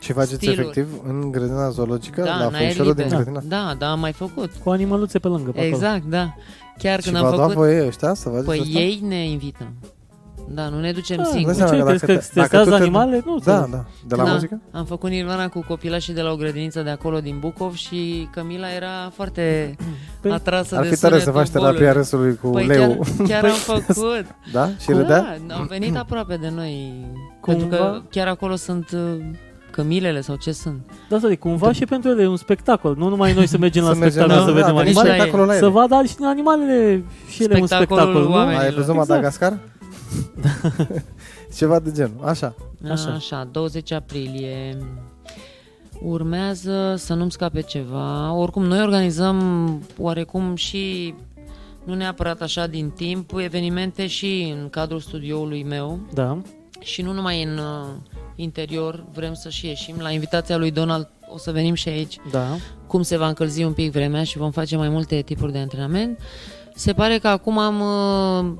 Speaker 2: Și faceți
Speaker 3: Stiluri.
Speaker 2: efectiv în grădina zoologică,
Speaker 3: da,
Speaker 2: la
Speaker 3: în aer
Speaker 2: făișorul
Speaker 3: liber.
Speaker 2: din grădina.
Speaker 3: Da, da, am mai făcut.
Speaker 1: Cu animăluțe pe lângă, pe
Speaker 3: Exact, da. Chiar
Speaker 2: Și
Speaker 3: când
Speaker 2: v-a
Speaker 3: am
Speaker 2: luat
Speaker 3: făcut...
Speaker 2: voie ăștia să faceți
Speaker 3: Păi
Speaker 2: asta?
Speaker 3: ei ne invită. Da, nu ne ducem
Speaker 1: Ah,
Speaker 2: Vă
Speaker 1: Cu
Speaker 3: singuri.
Speaker 1: ce,
Speaker 2: seama că
Speaker 1: crezi că
Speaker 2: te-
Speaker 1: îți testează
Speaker 2: tu te-
Speaker 1: animale? Nu,
Speaker 2: Da,
Speaker 1: te-
Speaker 2: da. De la
Speaker 3: da,
Speaker 2: muzică?
Speaker 3: Am făcut Nirvana cu copilașii de la o grădiniță de acolo din Bucov și Cămila era foarte
Speaker 1: Păi,
Speaker 3: atrasă
Speaker 2: Ar
Speaker 3: de
Speaker 2: fi tare să
Speaker 3: sunetul
Speaker 2: faci terapia
Speaker 3: bolului.
Speaker 2: râsului cu
Speaker 3: păi
Speaker 2: leu.
Speaker 3: Chiar, chiar am făcut.
Speaker 2: Da? Și
Speaker 3: Cum?
Speaker 2: râdea?
Speaker 3: Da, au venit aproape de noi.
Speaker 1: Cumva?
Speaker 3: Pentru că chiar acolo sunt uh, cămilele sau ce sunt.
Speaker 1: Da, asta e cumva și pentru ele e un spectacol. Nu numai noi să mergem la
Speaker 2: Să mergem
Speaker 1: spectacol
Speaker 3: la-
Speaker 1: să
Speaker 2: da,
Speaker 1: vedem
Speaker 2: da, nici
Speaker 1: animale,
Speaker 2: spectacolul la
Speaker 1: să
Speaker 2: ele.
Speaker 1: vadă și animalele și ele un
Speaker 3: Spectacolul
Speaker 1: spectacol, nu?
Speaker 3: oamenilor.
Speaker 2: Ai văzut
Speaker 3: Exact.
Speaker 2: Madagascar? Ceva de genul. Așa.
Speaker 1: Așa.
Speaker 3: Așa. Așa, 20 aprilie. Urmează să nu-mi scape ceva. Oricum, noi organizăm oarecum și, nu neapărat așa din timp, evenimente și în cadrul studioului meu
Speaker 1: Da.
Speaker 3: și nu numai în uh, interior, vrem să și ieșim. La invitația lui Donald o să venim și aici
Speaker 1: Da.
Speaker 3: cum se va încălzi un pic vremea și vom face mai multe tipuri de antrenament. Se pare că acum am uh,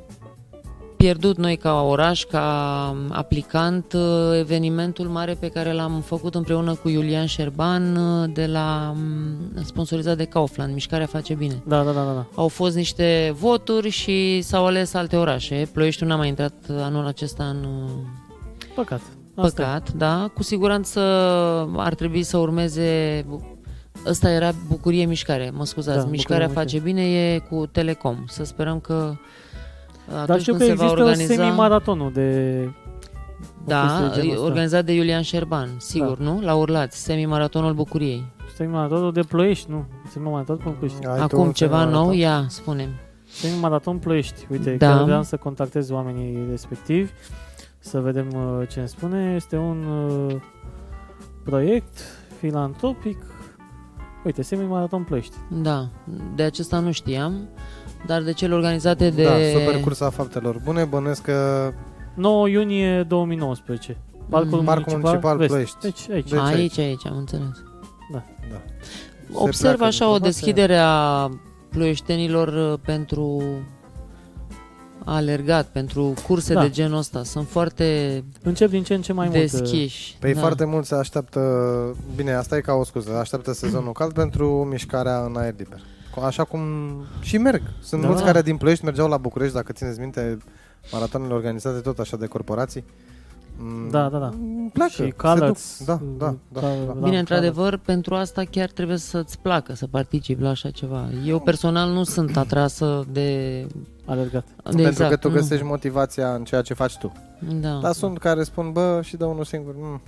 Speaker 3: pierdut noi ca oraș, ca um, aplicant, uh, evenimentul mare pe care l-am făcut împreună cu Iulian Șerban uh, de la um, sponsorizat de Kaufland, Mișcarea Face Bine.
Speaker 1: Da, da, da, da, da.
Speaker 3: Au fost niște voturi și s-au ales alte orașe. Ploieștiul n-a mai intrat uh, anul acesta în uh,
Speaker 1: Păcat. Asta e.
Speaker 3: Păcat, da. Cu siguranță ar trebui să urmeze... Ăsta era Bucurie Mișcare, mă
Speaker 1: Da,
Speaker 3: scuzați.
Speaker 1: Bucurie
Speaker 3: Mișcarea
Speaker 1: Mișcare.
Speaker 3: face bine e cu Telecom. Să sperăm că atunci
Speaker 1: Dar știu
Speaker 3: când
Speaker 1: că
Speaker 3: se va
Speaker 1: există
Speaker 3: organiza...
Speaker 1: semi-maratonul de... o chestie
Speaker 3: da,
Speaker 1: de genul ăsta. Da.
Speaker 3: organizat de Iulian Șerban, sigur, nu? La Urlați, semi-maratonul Bucuriei.
Speaker 1: Semi-maratonul de Ploiești, nu. Semi-maraton Ploiești.
Speaker 2: Ai tu
Speaker 3: Acum
Speaker 2: un
Speaker 3: ceva
Speaker 2: semnal,
Speaker 3: nou,
Speaker 2: da?
Speaker 3: ia, spunem.
Speaker 1: Semi-maraton Ploiești. Uite,
Speaker 3: Da.
Speaker 1: chiar vreau să contactez oamenii respectivi să vedem uh, ce îmi spune. Este un uh, proiect filantropic. Uite, semi-maraton Ploiești.
Speaker 3: Da, de acesta nu știam, dar de cel organizate de...
Speaker 2: Da, super cursa faptelor bune. Bănuiesc că
Speaker 1: 9 iunie 2019. Parcul,
Speaker 3: Mm.
Speaker 2: Parcul Municipal
Speaker 1: Vest.
Speaker 2: Ploiești.
Speaker 1: Deci aici.
Speaker 2: Deci-
Speaker 3: Aici, aici, am înțeles.
Speaker 2: da.
Speaker 3: Observ
Speaker 2: pleacă
Speaker 3: așa o
Speaker 2: informația.
Speaker 3: deschidere a ploieștenilor uh, pentru alergat, pentru curse
Speaker 1: Da.
Speaker 3: de genul ăsta. Sunt foarte
Speaker 1: Încep din ce în ce mai
Speaker 3: mai
Speaker 1: mult. uh,
Speaker 3: deschiși.
Speaker 2: Păi
Speaker 3: da.
Speaker 2: foarte mulți se așteaptă, bine, asta e ca o scuză, așteaptă sezonul cald pentru mișcarea în aer liber. Cu- Așa cum și merg. Sunt
Speaker 1: Da.
Speaker 2: da. mulți care din Ploiești mergeau la București, dacă țineți minte, maratoanele organizate tot așa de corporații. Mm,
Speaker 1: Da, da, da.
Speaker 2: Îmi place.
Speaker 1: Și
Speaker 2: se
Speaker 1: calăți.
Speaker 2: duc. Da, da, da.
Speaker 1: Ca-
Speaker 2: da.
Speaker 3: Bine,
Speaker 1: da,
Speaker 3: într-adevăr, pentru asta chiar trebuie să-ți placă să participi la așa ceva. Eu personal nu sunt atrasă de...
Speaker 1: Alergat.
Speaker 3: de
Speaker 2: Pentru
Speaker 3: exact,
Speaker 2: că tu
Speaker 3: nu.
Speaker 2: găsești motivația în ceea ce faci tu.
Speaker 3: Da.
Speaker 2: Dar sunt care spun, bă, și dă unul singur. Mm.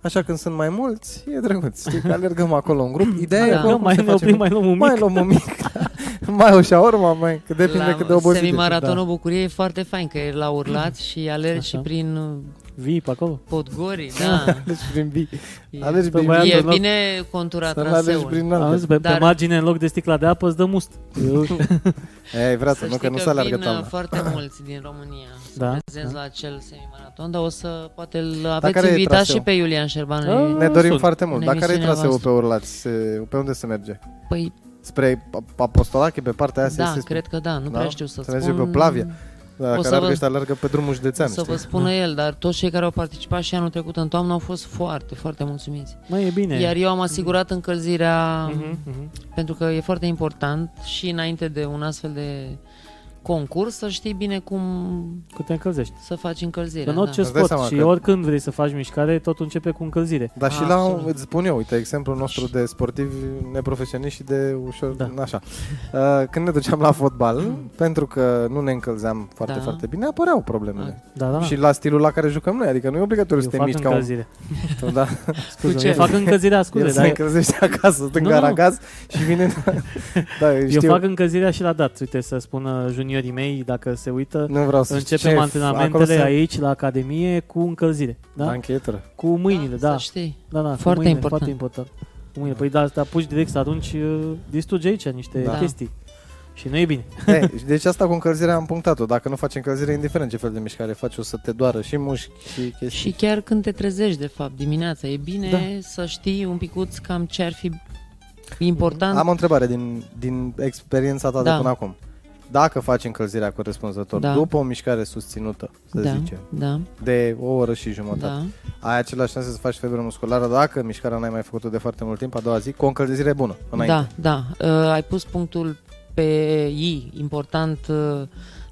Speaker 2: Așa când sunt mai mulți, e drăguț. Știi că alergăm acolo în grup. Ideea e
Speaker 3: Da.
Speaker 2: că
Speaker 1: Da,
Speaker 2: oricum
Speaker 1: mai
Speaker 2: se
Speaker 1: ne
Speaker 2: face
Speaker 1: oprim, mai luăm un
Speaker 2: Mai
Speaker 1: mic.
Speaker 2: luăm un mic, da. mai o șaorma, mai, că depinde
Speaker 3: la
Speaker 2: cât de da. obosit ești.
Speaker 3: Semimaratonul Bucuriei e foarte fain, că e la urlat și alergi
Speaker 1: Așa.
Speaker 3: și prin uh,
Speaker 1: Vii pe acolo.
Speaker 3: podgori, da.
Speaker 2: Da. Deci prin bii.
Speaker 3: E-
Speaker 2: Alergi
Speaker 1: Stă
Speaker 2: prin
Speaker 1: băiatul
Speaker 2: bii,
Speaker 3: E
Speaker 1: Alergi la-
Speaker 3: bine conturat
Speaker 2: să nu alergi
Speaker 3: traseul.
Speaker 2: prin
Speaker 1: Auzi,
Speaker 2: alte.
Speaker 1: pe, pe
Speaker 3: Dar-
Speaker 1: margine, în loc de sticla de apă, îți dă must. Eu-
Speaker 2: Ei,
Speaker 3: Să
Speaker 2: vreau nu,
Speaker 3: știi
Speaker 2: că nu
Speaker 3: că
Speaker 2: se alergă
Speaker 3: vin uh,
Speaker 2: toamna.
Speaker 3: foarte mulți din România să
Speaker 1: Da,
Speaker 3: da, prezenți
Speaker 1: da.
Speaker 3: la acel semimaraton, dar o să poate îl aveți
Speaker 2: care e
Speaker 3: invitat
Speaker 2: traseul?
Speaker 3: și pe Iulian Șerban.
Speaker 1: Ah.
Speaker 2: Ne dorim
Speaker 1: Sunt.
Speaker 2: foarte mult.
Speaker 3: În
Speaker 2: Dar care e
Speaker 3: emisiunea
Speaker 2: traseul pe
Speaker 3: voastră.
Speaker 2: urlați? Se- Pe unde se merge?
Speaker 3: Păi,
Speaker 2: Spre Ap- Apostolache, pe partea aia?
Speaker 3: da,
Speaker 2: se- se-
Speaker 3: cred că da, nu
Speaker 2: Da?
Speaker 3: prea știu să
Speaker 2: Se
Speaker 3: spun.
Speaker 2: merge pe Plavia.
Speaker 3: o
Speaker 2: Dacă
Speaker 3: să
Speaker 2: alergă
Speaker 3: vă-
Speaker 2: ăștia, alergă pe drumul
Speaker 3: O
Speaker 2: județean,
Speaker 3: să
Speaker 2: știi? Da.
Speaker 3: vă spună el, dar toți cei care au participat și anul trecut în toamnă au fost foarte, foarte mulțumiți.
Speaker 1: Mai e bine.
Speaker 3: Iar eu am asigurat încălzirea,
Speaker 1: Mhm, mhm.
Speaker 3: pentru că e foarte important și înainte de un astfel de concurs să știi bine cum
Speaker 1: Cât te încălzești.
Speaker 3: să faci încălzirea. da.
Speaker 1: În orice
Speaker 2: Îți dai
Speaker 1: sport
Speaker 2: seama
Speaker 1: și
Speaker 2: că-
Speaker 1: oricând vrei să faci mișcare, totul începe cu încălzire.
Speaker 2: Dar și
Speaker 3: Ah,
Speaker 2: la,
Speaker 3: absolut.
Speaker 2: îți spun eu, uite, exemplul nostru de sportivi neprofesioniști și de ușor,
Speaker 1: Da.
Speaker 2: da. așa. Uh, Când ne duceam la fotbal, pentru că nu ne încălzeam foarte,
Speaker 3: Da.
Speaker 2: foarte bine, apăreau problemele.
Speaker 1: Da, da, da.
Speaker 2: Și la stilul la care jucăm noi, adică nu e obligatoriu
Speaker 1: eu
Speaker 2: să te
Speaker 1: fac
Speaker 2: miști ca un...
Speaker 1: încălzire.
Speaker 2: Da.
Speaker 1: Scuze,
Speaker 3: ce?
Speaker 1: eu fac încălzirea,
Speaker 2: El
Speaker 1: scuze,
Speaker 2: se
Speaker 1: dar eu,
Speaker 2: încălzește acasă,
Speaker 1: Nu,
Speaker 2: stânga
Speaker 1: nu.
Speaker 2: la gaz și vine... da, eu
Speaker 1: eu
Speaker 2: știu,
Speaker 1: fac încălzirea și la dat. Uite, să spună juniorii mei, dacă se uită,
Speaker 2: nu vreau să știu
Speaker 1: începem
Speaker 2: ce- acolo
Speaker 1: antrenamentele
Speaker 2: se-
Speaker 1: aici, la academie, cu încălzire.
Speaker 2: La
Speaker 1: Da?
Speaker 2: încheietură.
Speaker 1: Cu mâinile, da.
Speaker 3: Să știi.
Speaker 1: Da, da, cu
Speaker 3: Foarte
Speaker 1: mâinile,
Speaker 3: important.
Speaker 1: Foarte important. Cu mâinile. Păi da, te apuci direct să arunci, uh, distrugi aici niște
Speaker 2: Da.
Speaker 1: chestii. Și nu e bine.
Speaker 2: Ei, deci asta cu încălzirea am punctat-o. Dacă nu faci încălzire, indiferent ce fel de mișcare faci, o să te doară și mușchi și chestii.
Speaker 3: Și chiar când te trezești, de fapt, dimineața, e bine
Speaker 1: Da.
Speaker 3: da. să știi un picuț cam ce ar fi important.
Speaker 2: Am o întrebare din, din experiența ta de
Speaker 3: Da.
Speaker 2: până acum. Dacă faci încălzirea corespunzător
Speaker 3: Da.
Speaker 2: după o mișcare susținută, să
Speaker 3: da,
Speaker 2: zicem,
Speaker 3: da,
Speaker 2: de o oră și jumătate,
Speaker 3: da,
Speaker 2: da. ai același șanse să faci febră musculară dacă mișcarea n-ai mai făcut-o de foarte mult timp, a doua zi, cu o încălzire bună înainte.
Speaker 3: da, da. Uh, ai pus punctul pe I, important uh,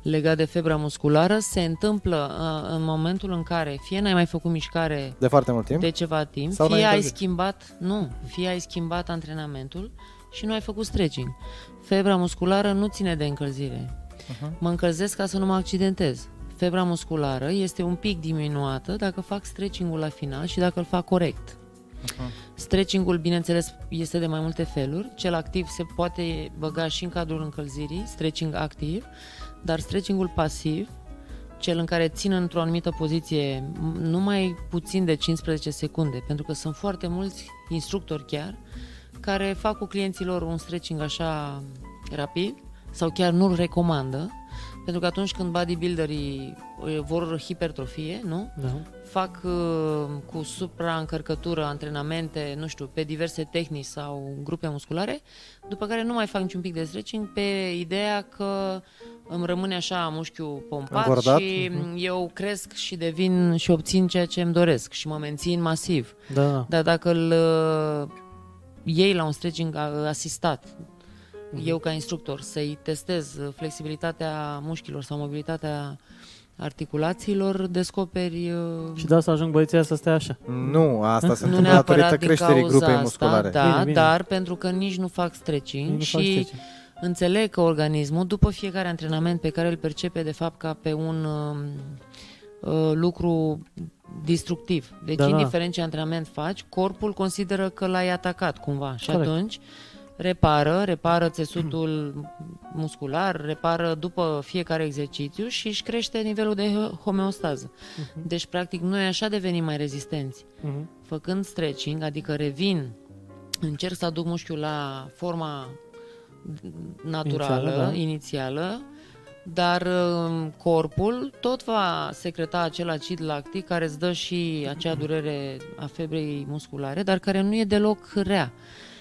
Speaker 3: legat de febra musculară se întâmplă uh, în momentul în care fie n-ai mai făcut mișcare
Speaker 2: De foarte mult timp?
Speaker 3: de ceva timp,
Speaker 2: Sau
Speaker 3: fie
Speaker 2: n-ai
Speaker 3: ai
Speaker 2: interzis.
Speaker 3: schimbat, nu, fie ai schimbat antrenamentul și nu ai făcut stretching. Febra musculară nu ține de încălzire.
Speaker 2: Mhm.
Speaker 3: Mă încălzesc ca să nu mă accidentez. Febra musculară este un pic diminuată dacă fac stretching-ul la final și dacă îl fac corect. Stretching-ul, bineînțeles, este de mai multe feluri. Cel activ se poate băga și în cadrul încălzirii, stretching activ, dar stretching-ul pasiv, cel în care țin într-o anumită poziție m- numai puțin de 15 secunde, pentru că sunt foarte mulți instructori chiar care fac cu clienții lor un stretching așa rapid sau chiar nu-l recomandă, pentru că atunci când bodybuilderii eh, vor hipertrofie, nu?
Speaker 1: Da.
Speaker 3: fac uh, cu supraîncărcătură antrenamente, nu știu, pe diverse tehnici sau grupe musculare, după care nu mai fac niciun pic de stretching pe ideea că îmi rămâne așa mușchiul pompat
Speaker 2: Încordat,
Speaker 3: și eu cresc și devin și obțin ceea ce îmi doresc și mă mențin masiv.
Speaker 1: Da, da.
Speaker 3: Dar dacă îl uh, iei la un stretching uh, asistat, eu ca instructor să-i testez uh, flexibilitatea mușchilor sau mobilitatea articulațiilor, descoperi uh,
Speaker 1: Și da, să ajung băieții ăia să stea așa.
Speaker 2: Nu, asta se
Speaker 3: nu
Speaker 2: întâmplă datorită
Speaker 3: neapărat din
Speaker 2: creșterii
Speaker 3: cauza
Speaker 2: grupei
Speaker 3: asta,
Speaker 2: musculare.
Speaker 3: da,
Speaker 1: Bine, bine.
Speaker 3: dar pentru că nici nu fac stretching
Speaker 1: Nu fac
Speaker 3: și
Speaker 1: stretching.
Speaker 3: înțeleg că organismul, după fiecare antrenament pe care îl percepe de fapt ca pe un um, uh, lucru destructiv, deci
Speaker 1: Da, da.
Speaker 3: indiferent ce antrenament faci, corpul consideră că l-ai atacat cumva și
Speaker 1: Corect.
Speaker 3: atunci repară, repară țesutul muscular, repară după fiecare exercițiu și își crește nivelul de homeostază. Deci, practic, noi așa devenim mai rezistenți
Speaker 1: Mhm.
Speaker 3: făcând stretching, adică revin, încerc să aduc mușchiul la forma naturală,
Speaker 1: Inițială,
Speaker 3: inițială,
Speaker 1: da.
Speaker 3: inițială dar um, corpul tot va secreta acel acid lactic care îți dă și acea durere a febrei musculare, dar care nu e deloc rea.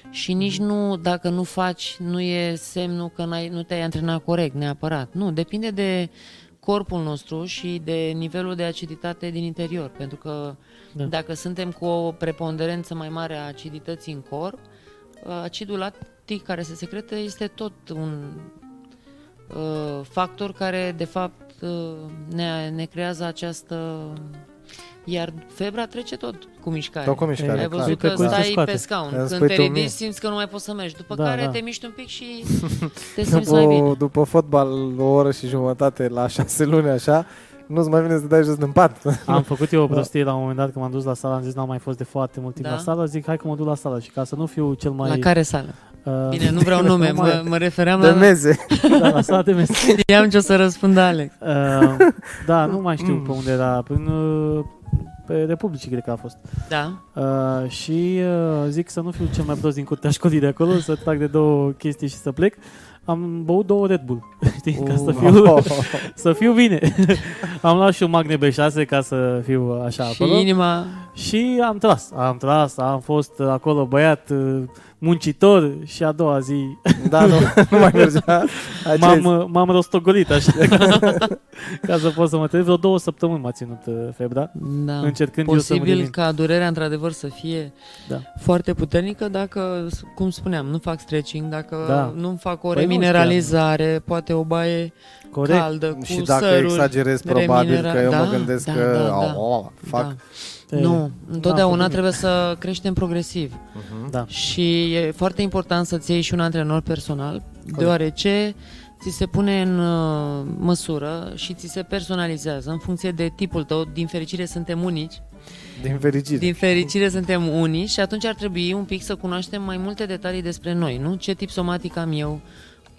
Speaker 3: Și nici nu, dacă nu faci, nu e semnul că n-ai, nu te-ai antrenat corect neapărat. Nu, depinde de corpul nostru și de nivelul de aciditate din interior, pentru că
Speaker 1: Da.
Speaker 3: da. dacă suntem cu o preponderență mai mare a acidității în corp, acidul lactic care se secretă este tot un uh, factor care, de fapt, uh, ne, ne creează această... Iar febra trece tot cu mișcare.
Speaker 2: Tot cu mișcare,
Speaker 1: Ai
Speaker 3: Ai
Speaker 2: clar.
Speaker 3: văzut
Speaker 1: Uite
Speaker 3: că
Speaker 1: cum se
Speaker 3: stai
Speaker 1: scoate.
Speaker 3: pe scaun.
Speaker 2: Îmi
Speaker 3: Când
Speaker 2: spui
Speaker 3: te
Speaker 2: tu
Speaker 3: ridici,
Speaker 2: mie.
Speaker 3: simți că nu mai poți să mergi. După
Speaker 1: Da,
Speaker 3: care
Speaker 1: da.
Speaker 3: te miști un pic și te simți mai
Speaker 2: După,
Speaker 3: bine.
Speaker 2: după fotbal, o oră și jumătate la șase luni, așa, nu-ți mai vine să te dai jos din pat.
Speaker 1: Am făcut eu o prostie la un moment dat când m-am dus la sală, am zis n-am mai fost de foarte mult timp
Speaker 3: Da.
Speaker 1: la sală, zic hai că mă duc la sală și ca să nu fiu cel mai...
Speaker 3: La care sală?
Speaker 1: uh,
Speaker 3: Bine, nu vreau nume, mă, mă refeream
Speaker 2: De
Speaker 3: la...
Speaker 2: meze.
Speaker 1: da, la sală de mes.
Speaker 3: Știam ce o să răspundă Alex.
Speaker 1: Uh, da, nu mai știu pe unde era, prin, uh, pe Republicii cred că a fost.
Speaker 3: Da.
Speaker 1: Uh, și uh, zic să nu fiu cel mai prost din curtea școlii de acolo, să trag de două chestii și să plec. Am băut două Red Bull, știi, ca
Speaker 2: Oh,
Speaker 1: să
Speaker 2: Uh,
Speaker 1: fiu, să fiu bine. am luat și un Magne B6 ca să fiu
Speaker 2: Da,
Speaker 1: așa
Speaker 3: și
Speaker 1: acolo.
Speaker 3: inima...
Speaker 1: Și am tras, am tras, am fost uh, acolo băiat uh, muncitor și a doua zi
Speaker 2: Da, nu, nu mai mergea.
Speaker 1: m-am,
Speaker 2: Acest,
Speaker 1: uh, m-am rostogolit așa ca să pot să mă trez. Vreo două săptămâni m-a ținut uh, febra,
Speaker 3: Da.
Speaker 1: încercând eu să mă
Speaker 3: Posibil
Speaker 1: revin.
Speaker 3: ca durerea într-adevăr să fie
Speaker 1: Da.
Speaker 3: foarte puternică dacă, cum spuneam, nu fac stretching, dacă
Speaker 1: Da.
Speaker 3: nu fac o
Speaker 1: Păi nu
Speaker 3: remineralizare, poate o baie
Speaker 1: Corect.
Speaker 3: caldă cu
Speaker 2: și dacă
Speaker 3: săruri.
Speaker 2: exagerez, probabil
Speaker 3: reminera-
Speaker 2: că eu mă
Speaker 3: da,
Speaker 2: gândesc
Speaker 3: da,
Speaker 2: că oh,
Speaker 3: da, da.
Speaker 2: "Au, fac.
Speaker 3: Da.
Speaker 1: Te-
Speaker 3: Nu, întotdeauna
Speaker 1: făcut
Speaker 3: trebuie să creștem progresiv.
Speaker 2: Mhm.
Speaker 1: Da.
Speaker 3: Și e foarte important să-ți iei și un antrenor personal, deoarece ți se pune în uh, măsură și ți se personalizează în funcție de tipul tău. Din fericire suntem unici.
Speaker 2: Din fericire.
Speaker 3: Din fericire suntem unici și atunci ar trebui un pic să cunoaștem mai multe detalii despre noi, nu? Ce tip somatic am eu,